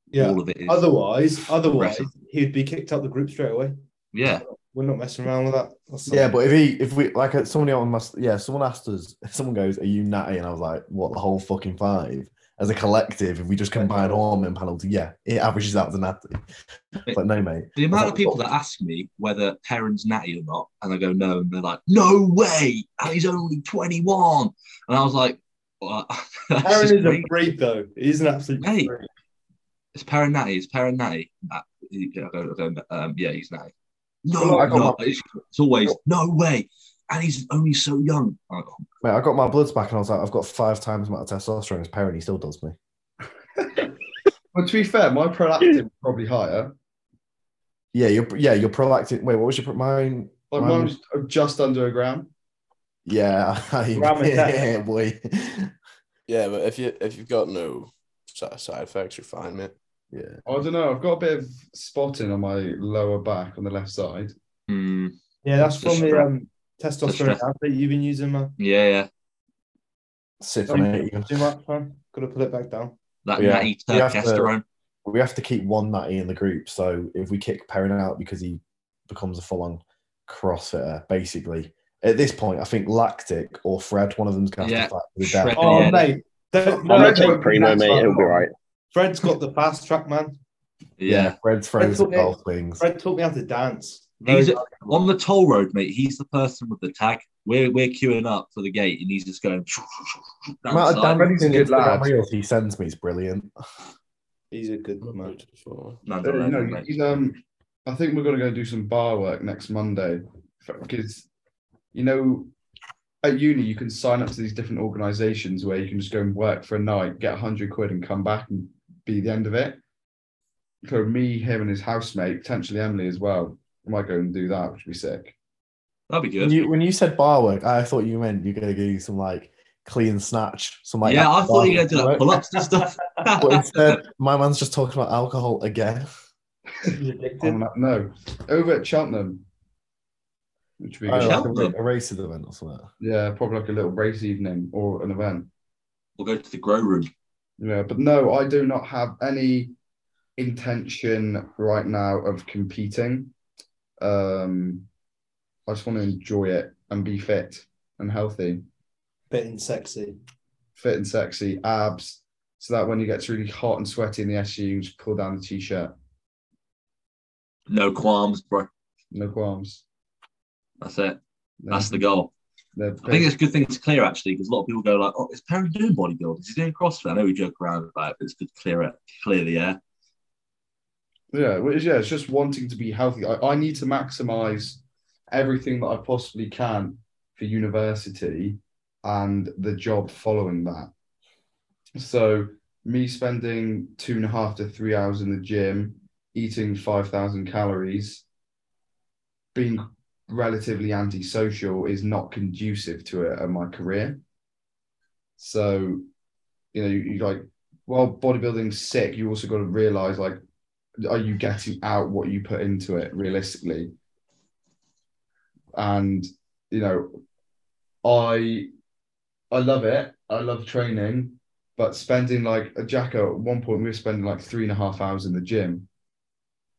Yeah.
all of it is.
Otherwise, otherwise
Wrestling.
he'd be kicked out the group straight away.
yeah,
We're not messing around with that. That's not-
Yeah, but if he, if we, like, uh, somebody on my, yeah, someone asked us, someone goes, "Are you natty?" And I was like, "What the whole fucking five? As a collective, if we just combine hormone panels, yeah, it averages out to natty. It's like, no, mate.
the amount
thought-
of people that ask me whether parents natty or not, and I go no, and they're like, no way, and he's only twenty one, and I was like, well, that's
Aaron
just
is a
me.
freak, though. He's an absolute
Mate.
freak.
It's Perrin Natty. It's Perrin Natty. Uh, he- I go, I go, um, yeah, he's Natty.
Well,
No,
I got
no. It's, it's always, no way. And he's only so young. I go,
Mate, I got my bloods back, and I was like, I've got five times amount of testosterone as parent. He still does me.
But to be fair, my prolactin was probably higher.
Yeah, you're, yeah, you're prolactin. Wait, what was your pro- mine?
Like
Mine
mine was just under a gram.
Yeah,
Ram and test.
yeah, boy.
Yeah, but if you if you've got no si- side effects, you're fine, mate.
Yeah,
I don't know. I've got a bit of spotting on my lower back on the left side.
Hmm.
Yeah, that's
It's
from
a
the
strap.
um, testosterone app that you've been using, man.
yeah, yeah.
sick
Don't
on it. even.
do that, man. Gotta put it back down.
That
Yeah.
Natty
You have to-
testosterone.
we have to keep one natty in the group. So if we kick Perrin out because he becomes a full-on CrossFitter, basically at this point, I think Lactic or Fred, one of them's gonna
Yeah,
have to fight for the
Shred.
death.
Oh,
Yeah.
mate. Don't,
I'm
no,
gonna take Primo, mate. It'll be right.
Fred's got the fast track, man.
Yeah.
Fred throws
Fred's
the
okay.
golf swings.
Fred taught me how to dance.
He's on the toll road, mate. He's the person with the tag. We're we're queuing up for the gate, and he's just going.
The
down the
amount of
side.
damage
He's a good lad.
Instagram reels he sends me is brilliant.
He's a good man.
Beautiful.
Nando
Uh,
Leno,
no,
mate.
he's, um, I think we're gonna go do some bar work next Monday because you know at uni you can sign up to these different organisations where you can just go and work for a night, get hundred quid, and come back and be the end of it. So me, him, and his housemate, potentially Emily as well. I might go and do that, which would be sick.
That'd be
When
good.
you, when you said bar work, I thought you meant you're going to do some like clean snatch. Some like
yeah,
bar
I thought you were going to do like
work.
pull ups and stuff.
But instead, my man's just talking about alcohol again.
On that, no, over at Cheltenham, which would be
Oh,
good.
like a,
Cheltenham.
a race event or something.
yeah, probably like a little race evening or an event.
we'll go to the grow room.
Yeah, but no, I do not have any intention right now of competing. Um, I just want to enjoy it and be fit and healthy,
Fit and sexy.
fit and sexy, abs, so that when it gets really hot and sweaty in the SU, you just pull down the t-shirt,
No qualms, bro.
no qualms.
That's it.
No-
That's the goal.
no
I think
pain.
it's a good thing to clear actually, because a lot of people go like, "Oh, is Perry doing bodybuilding? Is he doing CrossFit?" I know we joke around about it, but it's good to clear it, clear the air.
Yeah, well, it's- yeah, it's just wanting to be healthy. I, I need to maximize everything that I possibly can for university and the job following that. So, me spending two and a half to three hours in the gym, eating 5,000 calories, being relatively antisocial is not conducive to it and my career. So, you know, you, you like, while bodybuilding's sick, you also got to realize like, are you getting out what you put into it realistically? And you know, I I love it. I love training, but spending like a Jacko at one point we were spending like three and a half hours in the gym.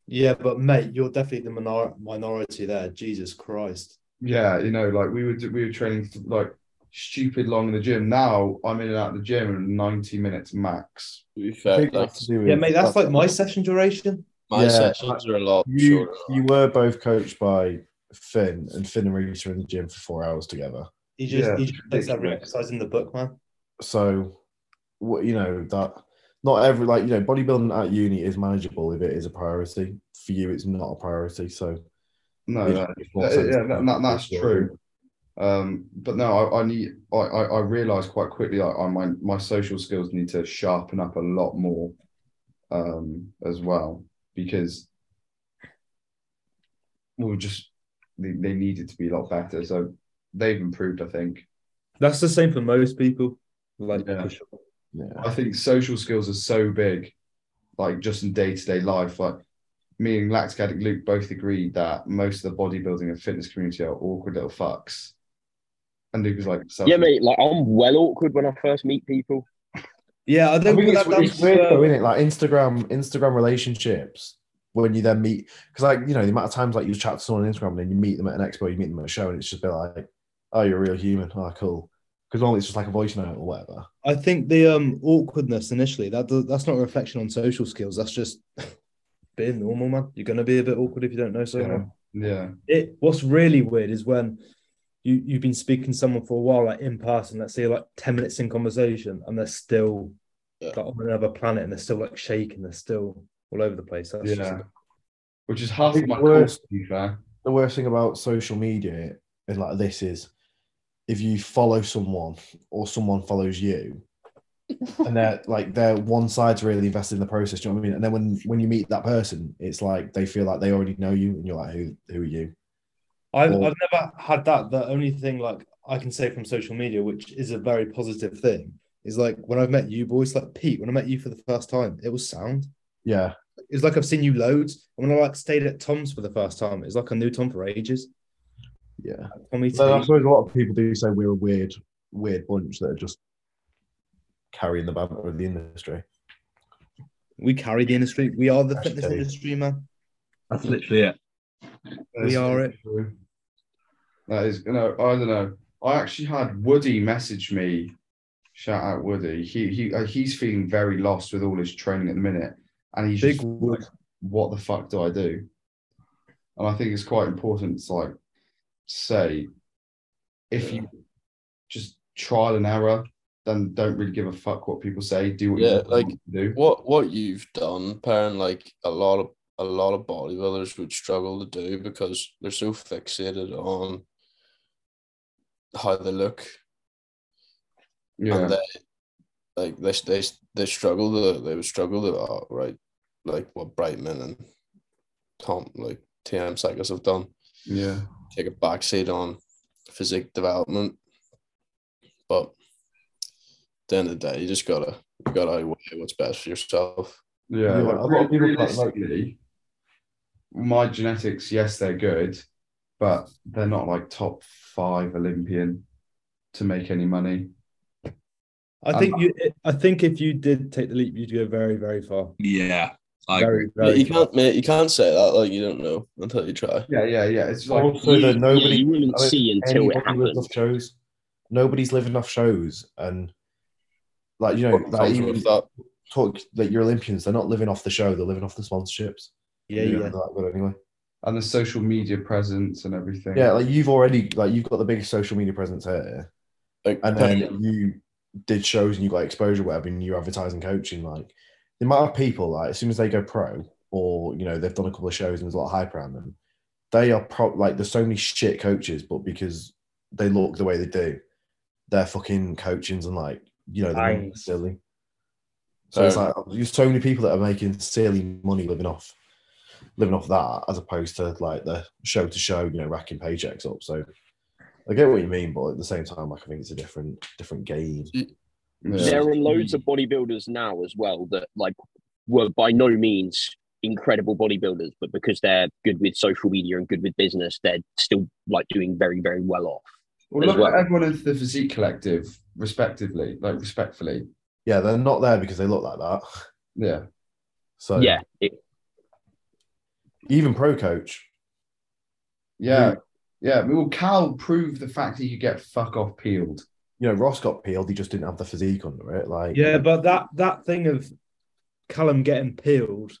Yeah, but mate, you're definitely the minor- minority there. Jesus Christ.
Yeah, you know, like we were we were training like stupid long in the gym. Now I'm in and out of the gym in 90 minutes max.
To be
I
fair,
think
like,
that's to do with-
Yeah, mate, that's like my session duration.
my
Yeah,
sessions are a lot
you,
shorter.
you were both coached by Finn, and Finn and Reese were in the gym for four hours together.
He just
Yeah,
he just puts every
ridiculous.
exercise in the book, man.
So, what you know that not every like you know bodybuilding at uni is manageable if it is a priority. For you, it's not a priority. So,
No,
it
no,
makes
Uh, Yeah,
more sense
yeah, that, that- that's
Yeah.
true. Um, but no, I, I need. I, I, I realize quite quickly. I, I my my social skills need to sharpen up a lot more, um, as well because we were just they, they needed to be a lot better. So they've improved. I think.
That's the same for most people. Like
Yeah.
for sure.
Yeah.
I think social skills are so big, like just in day to day life. Like me and Lactic Addict Luke both agreed that most of the bodybuilding and fitness community are awkward little fucks. And Luke was like,
Yeah, mate. Like I'm well awkward when I first meet people.
Yeah, I
I
don't
think
put
it's,
that down
it's weird
to, uh,
though, isn't it? Like Instagram, Instagram relationships. When you then meet, because like you know, the amount of times like you chat to someone on Instagram, and then you meet them at an expo, you meet them at a show, and it's just been like, oh, you're a real human. Oh, cool. Because normally it's just like a voice note or whatever.
I think the um awkwardness initially that does- that's not a reflection on social skills. That's just being normal, man. You're gonna be a bit awkward if you don't know someone.
Yeah. yeah.
It what's really weird is when you you've been speaking to someone for a while, like in person. Let's say like ten minutes in conversation, and they're still
Yeah.
like, on another planet, and they're still like shaking. They're still all over the place. That's just-
Yeah. Which is half
think
of my
the
course,
worst-
to be fair.
The worst thing about social media is like this is if you follow someone or someone follows you, and they're like they're one side's really invested in the process. Do you know what I mean? And then when when you meet that person, it's like they feel like they already know you, and you're like, who who are you?
I've,
Or-
I've never had that. The only thing like I can say from social media, which is a very positive thing, is like when I've met you boys, like Pete, when I met you for the first time, it was sound.
Yeah.
It was like I've seen you loads. And when I like stayed at Tom's for the first time, it's like I knew Tom for ages.
Yeah.
Tommy
So I
T.
suppose a lot of people do say we're a weird, weird bunch that are just carrying the banner of the industry.
We carry the industry. We are the fitness
Hashtag.
industry, man.
That's literally it.
We are it.
True. That is, you know, I don't know. I actually had Woody message me. Shout out Woody. He he uh, he's feeling very lost with all his training at the minute, and he's
Big
just
Wood.
what the fuck do I do? and I think it's quite important to like say if you just trial and error, then don't really give a fuck what people say. Do what
Yeah,
you
like,
want to do.
What what you've done, Perrin, like a lot of a lot of bodybuilders would struggle to do because they're so fixated on how they look
Yeah,
and they like they they they struggle to they would struggle to oh, right like what Brightman and Tom like TM cycles have done
yeah,
take a backseat on physique development. But at the end of the day, you just gotta you gotta weigh what's best for yourself.
yeah.
Yeah,
Like,
a lot of people quite like-
realistically, my genetics, yes, they're good, but they're not like top five Olympian to make any money.
I think you. I think if you did take the leap, you'd go very, very far.
Yeah. I agree.
Very,
But
very.
you
far.
can't mate, you can't say that like you don't know until you try.
Yeah, yeah, yeah. It's like
Also,
you,
that nobody
yeah, you
I
wouldn't
mean,
see until it
anybody lives
happens.
off shows. Nobody's living off shows, and like you know,
What
like
comes
even
with that?
talk like your Olympians, they're not living off the show; they're living off the sponsorships.
Yeah,
You
yeah.
know, they're that good anyway.
and the social media presence and everything.
Yeah, like you've already like you've got the biggest social media presence here,
Like, um,
and then you did shows and you got exposure, whatever, and you advertising, coaching. Like the amount of people, like as soon as they go pro, or you know they've done a couple of shows and there's a lot of hype around them, they are pro like there's so many shit coaches, but because they look the way they do, they're fucking coachings and like you know they're
Thanks.
silly. So it's
Um,
like oh, there's so many people that are making silly money living off living off that as opposed to like the show to show, you know, racking paychecks up. So I get what you mean, but at the same time, like I think it's a different different game.
There are loads of bodybuilders now as well that like were by no means incredible bodybuilders, but because they're good with social media and good with business, they're still like doing very, very well off.
Well,
as
look
well.
at everyone in the physique collective, respectively, like respectfully.
Yeah, they're not there because they look like that.
Yeah,
So
yeah. It,
even pro coach.
Hmm.
yeah, yeah. Well, Cal proved the fact that you get fuck off peeled.
You know, Ross got peeled. He just didn't have the physique under it. Like,
Yeah, but that that thing of Callum getting peeled, I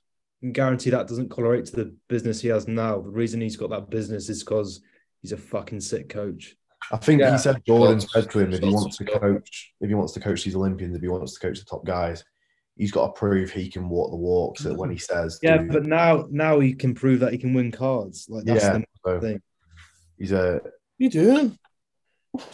can guarantee that doesn't correlate to the business he has now. The reason he's got that business is because he's a fucking sick coach.
I think
Yeah.
he said Jordan
Shots.
said to him if he
Shots.
wants to coach, if he wants to coach these Olympians, if he wants to coach the top guys, he's got to prove he can walk the walk. So that when he says,
Yeah,
do-
but now now he can prove that he can win cards. Like that's
yeah,
the
so
thing.
he's a
you doing?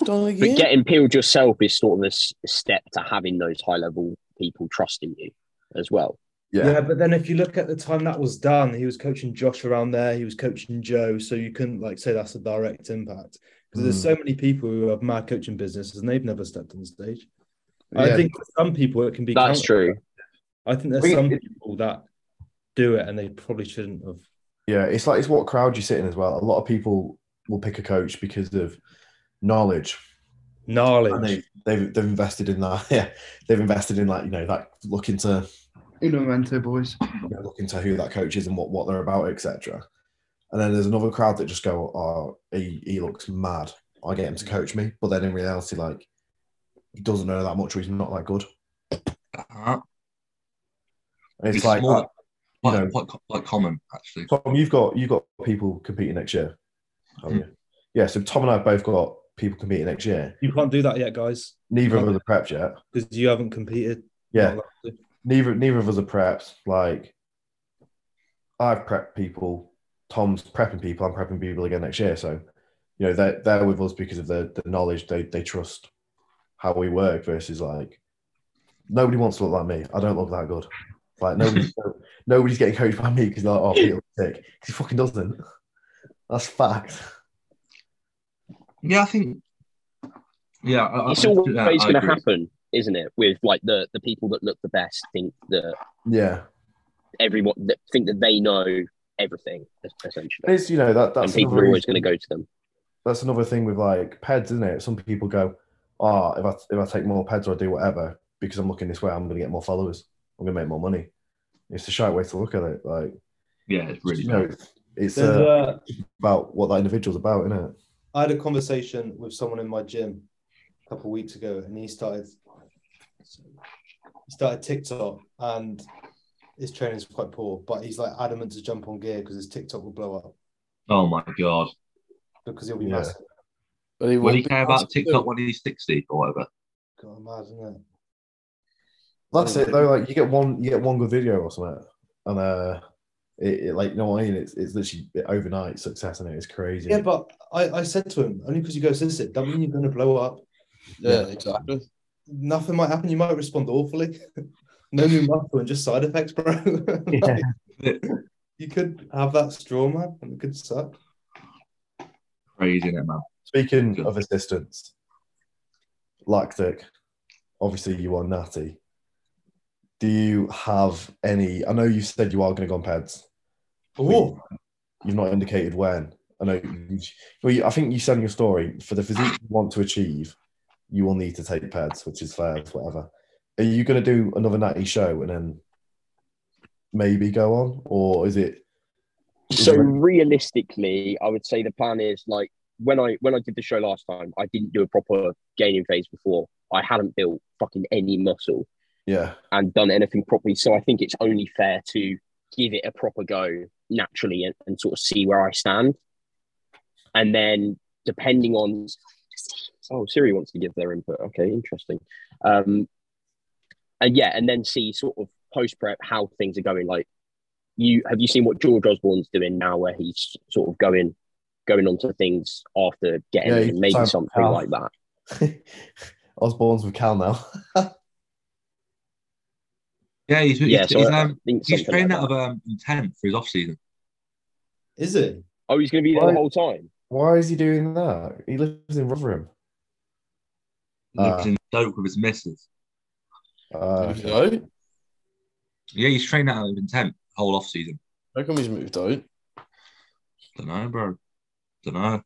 Done
but
again?
getting peeled yourself is sort of a s- step to having those high level people trusting you as well.
yeah.
Yeah. but then if you look at the time that was done, he was coaching Josh around there, he was coaching Joe, so you couldn't like say that's a direct impact. Because
Mm.
there's so many people who have mad coaching businesses and they've never stepped on the stage.
Yeah.
I think for some people it can be
That's
counter-
true.
I think
I
there's
think
some
it-
people that do it and they probably shouldn't have.
Yeah, it's like it's what crowd you sit in as well. A lot of people will pick a coach because of knowledge, and
Gnarly.
they, they've they've invested in that. Yeah, they've invested in like you know that looking to
You know, Mento boys.
you know, looking to who that coach is and what what they're about, etc. And then there's another crowd that just go, "Oh, he, he looks mad. I get him to coach me," but then in reality, like he doesn't know that much or he's not that good.
Uh-huh.
And it's,
It's
like
more-
you
Quite,
know-
quite, co- quite common, actually.
Tom, you've got you've got people competing next year, haven't you? Yeah. So Tom and I have both got people competing next year.
You can't do that yet, guys,
Neither of us are prepped yet.
because you haven't competed.
Yeah.
Not allowed to.
neither neither of us are prepped. Like I've prepped people, Tom's prepping people, I'm prepping people again next year. So, you know, they're they're with us because of the, the knowledge they they trust how we work versus like nobody wants to look like me. I don't look that good. Like nobody's nobody's getting coached by me because they're like, oh Peter looks sick. 'Cause he fucking doesn't. That's fact.
Yeah, I think. Yeah, I,
It's
I,
always
yeah, I
going to
agree.
happen, isn't it? With like the, the people that look the best think that
Yeah.
everyone that think that they know everything es- essentially,
It's you know that that's
and people
another
are always
reason-
going to go to them.
that's another thing with like peds, isn't it? Some people go, "Ah, if I if I take more peds or I do whatever because I'm looking this way, I'm going to get more followers. I'm going to make more money." It's a shy way to look at it. Like,
Yeah, it's really
you
bad.
know, it's
There's,
uh,
uh,
about what that individual's about, isn't it?
I had a conversation with someone in my gym a couple of weeks ago, and he started he started TikTok, and his training's quite poor, but he's like adamant to jump on gear because his TikTok will blow up.
Oh my god!
because he'll be
Yeah.
massive.
But he
Will
won't
he
be
care about
massive,
TikTok when he's sixty or whatever?
God, imagine that.
That's it though. Like you get one, you get one good video or something, and uh, it, it like you know what I mean. It's it's literally overnight success, and it is crazy.
Yeah, but I, I said to him, only because you go sissy, that means you're going to blow up.
Yeah, exactly.
Nothing might happen. You might respond awfully. no new muscle and just side effects, bro. Like, you could have that straw man, and it could suck.
Crazy, isn't it, man?
Speaking of assistants, lactic. Obviously, you are natty. Do you have any? I know you said you are going to go on peds.
Oh,
You've not indicated when. I know. you- Well, you, I think you said in your story for the physique you want to achieve, you will need to take pads, which is fair, it's whatever. Are you going to do another natty show and then maybe go on, or is it?
So realistically, I would say the plan is like when I when I did the show last time, I didn't do a proper gaining phase before. I hadn't built fucking any muscle
Yeah,
and done anything properly. So I think it's only fair to give it a proper go naturally and, and sort of see where I stand. And then depending on oh Siri wants to give their input. Okay, interesting. Um and yeah, and then see sort of post prep how things are going. Like you have you seen what George Osborne's doing now where he's sort of going going onto things after getting
Yeah,
in,
he's
maybe
time-
something
oh.
like that.
Osborne's with Cal now.
Yeah, he's he's,
Yeah, so
he's,
I- I
um,
think
he's
something
training
like
out
that.
of um, intent for his off season.
is it?
Oh, he's gonna be there
Why-
the whole time.
Why is he doing that? He lives in Rotherham.
Lives in Stoke with his missus.
Uh,
Moved out.
Yeah, he's training out of intent whole off season.
How come he's moved out?
Don't know, bro. Don't know.
Wow.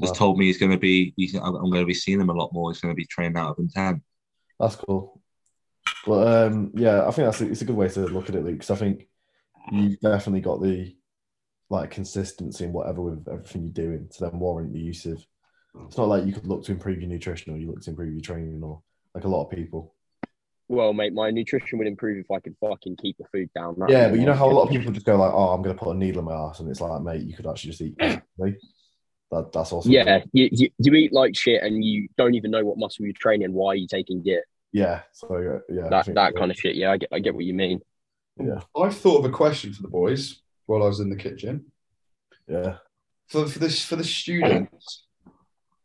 Just told me he's going to be. He's, I'm going to be seeing him a lot more. He's going to be training out of intent.
That's cool. But um, yeah, I think that's it's a good way to look at it, Luke. Because I think you've definitely got the like consistency in whatever with everything you're doing to then warrant the use of. It's not like you could look to improve your nutrition or you look to improve your training or like a lot of people.
Well, mate, my nutrition would improve if I could fucking keep the food down. That's
Yeah, but you
all.
know how a lot of people just go like, "Oh, I'm going to put a needle in my ass," and it's like, mate, you could actually just eat. constantly. That, that's also
Yeah, you, you, you eat like shit and you don't even know what muscle you're training and why you're taking it.
yeah. So uh, yeah, I
That
think-
that kind of shit. Yeah, I get I get what you mean.
I thought of a question for the boys while I was in the kitchen.
yeah.
For, for this for the students,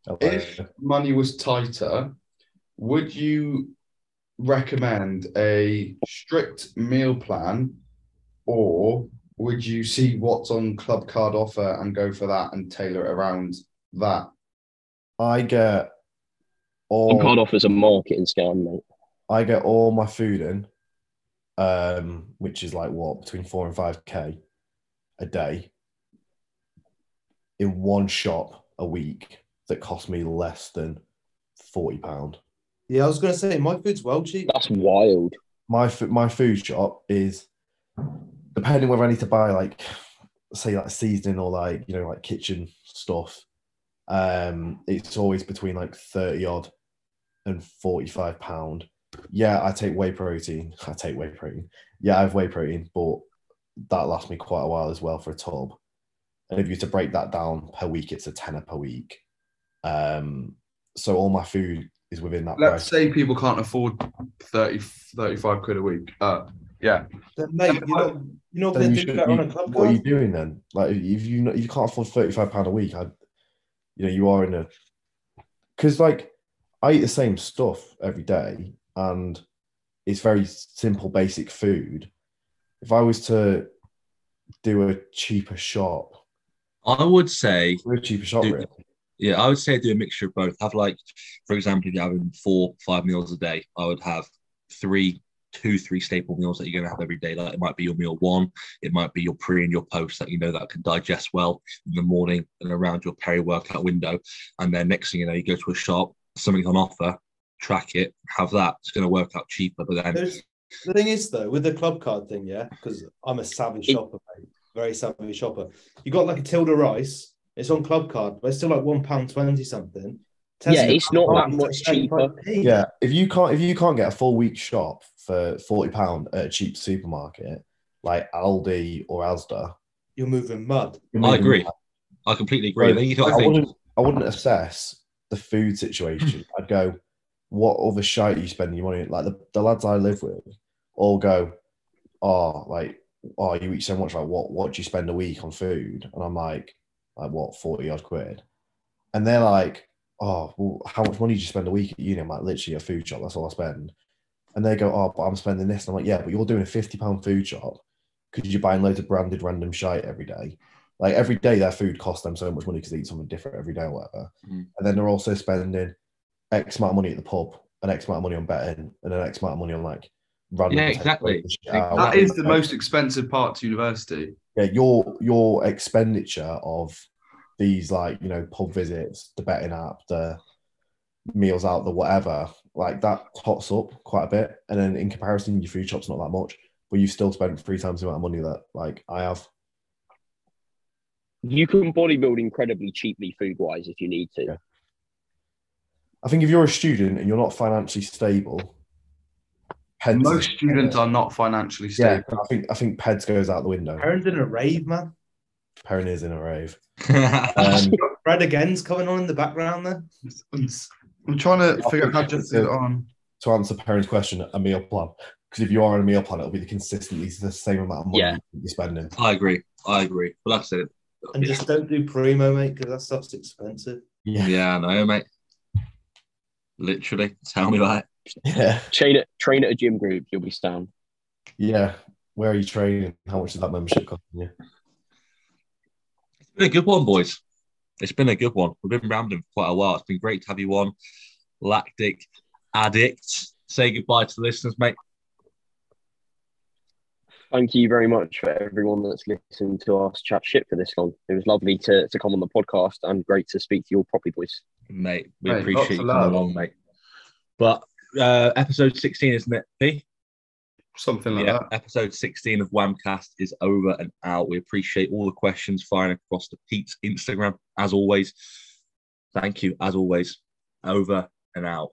Oh,
if money was tighter, would you recommend a strict meal plan or would you see what's on club card offer and go for that and tailor it around that?
I get
Oh.
all
God offers a marketing scam, mate.
I get all my food in, um, which is like what between four and five k a day in one shop a week that cost me less than forty pound.
Yeah, I was going to say my food's well cheap.
That's wild.
My fo- my food shop is depending whether I need to buy like say like seasoning or like you know like kitchen stuff. Um, it's always between like thirty odd and forty five pound. Yeah, I take whey protein. I take whey protein. Yeah, I have whey protein, but that lasts me quite a while as well for a tub. And if you were to break that down per week, it's a tenner per week. Um, so all my food is within that
Let's
price.
say people can't afford 30, 35 quid a week. Uh, yeah.
Then, mate, you know, you know if
then
they're
you
doing
should,
that
you-
on a club
what are you
card.
doing then? Like if if you if you can't afford thirty five pound a week, I, you know, you are in a because like I eat the same stuff every day, and it's very simple, basic food. If I was to do a cheaper shop,
I would say
do a cheaper shop,
Do-
really.
Yeah, I would say do a mixture of both. Have like, for example, if you're having four, five meals a day, I would have three, two, three staple meals that you're gonna have every day. Like it might be your meal one, it might be your pre and your post that you know that can digest well in the morning and around your peri-workout window. And then next thing you know, you go to a shop, something's on offer, track it, have that. It's gonna work out cheaper, but then
There's- The thing is, though, with the club card thing, yeah, because I'm a savvy shopper, mate. Very savvy shopper. You got like a Tilda Rice. It's on club card, but it's still like one pound twenty something.
Yeah,
Tesco-
it's not that much cheaper.
yeah. If you can't if you can't get a full week shop for forty pound at a cheap supermarket like Aldi or Asda,
you're moving mud.
I agree. I completely agree. I, think, I
I
think
wouldn't, I wouldn't assess the food situation. I'd go, what other shite are you spending your money on? Like the, the lads I live with all go, oh, like, oh, you eat so much. Like, what, what do you spend a week on food? And I'm like, like what, 40 odd quid? And they're like, oh, well, how much money did you spend a week at uni? I'm like, literally a food shop. That's all I spend. And they go, oh, but I'm spending this. And I'm like, yeah, but you're doing a £50 food shop because you're buying loads of branded random shite every day. Like every day, their food costs them so much money because they eat something different every day or whatever.
Mm-hmm.
Mm.
And then they're also spending X amount of money at the pub, an X amount of money on betting, and an X amount of money on like random.
Yeah,
potato
exactly.
chips and shit.
That
Like,
That is the most expensive part to university.
yeah, your your expenditure of these like you know pub visits, the betting app, the meals out, the whatever, like that tots up quite a bit. And then in comparison, your food shop's not that much, but you've still spent three times the amount of money that like I have.
You can bodybuild incredibly cheaply food wise if you need to.
Yeah. I think if you're a student and you're not financially stable, PEDs,
Most students are not financially
yeah,
stable.
I think I think PEDs goes out the window.
Aaron's in a rave, man.
Perrin is in a rave.
that.
Um,
Red again's coming on in the background there.
I'm, I'm trying to figure out how to put it on.
to answer Perrin's question, a meal plan. Because if you are on a meal plan, it'll be the consistently the same amount of money
Yeah.
you're spending.
I agree. I agree. But like I said,
And just don't do primo, mate, because that stuff's expensive.
Yeah.
yeah, I know, mate. Literally, tell me that.
Yeah.
Train at train at a gym group, you'll be sound.
Yeah. Where are you training? How much does that membership cost you?
It's been a good one, boys. It's been a good one. We've been rambling for quite a while. It's been great to have you on, Lactic Addict. Say goodbye to the listeners, mate.
Thank you very much for everyone that's listened to us chat shit for this long. It was lovely to, to come on the podcast and great to speak to you all properly, boys.
Mate, we
Mate, lots
appreciate
of
you
love.
coming along, mate. But uh, episode 16, isn't it, P?
Something like
yeah,
that.
episode 16 of Whamcast is over and out. We appreciate all the questions firing across to Pete's Instagram, as always. Thank you, as always. Over and out.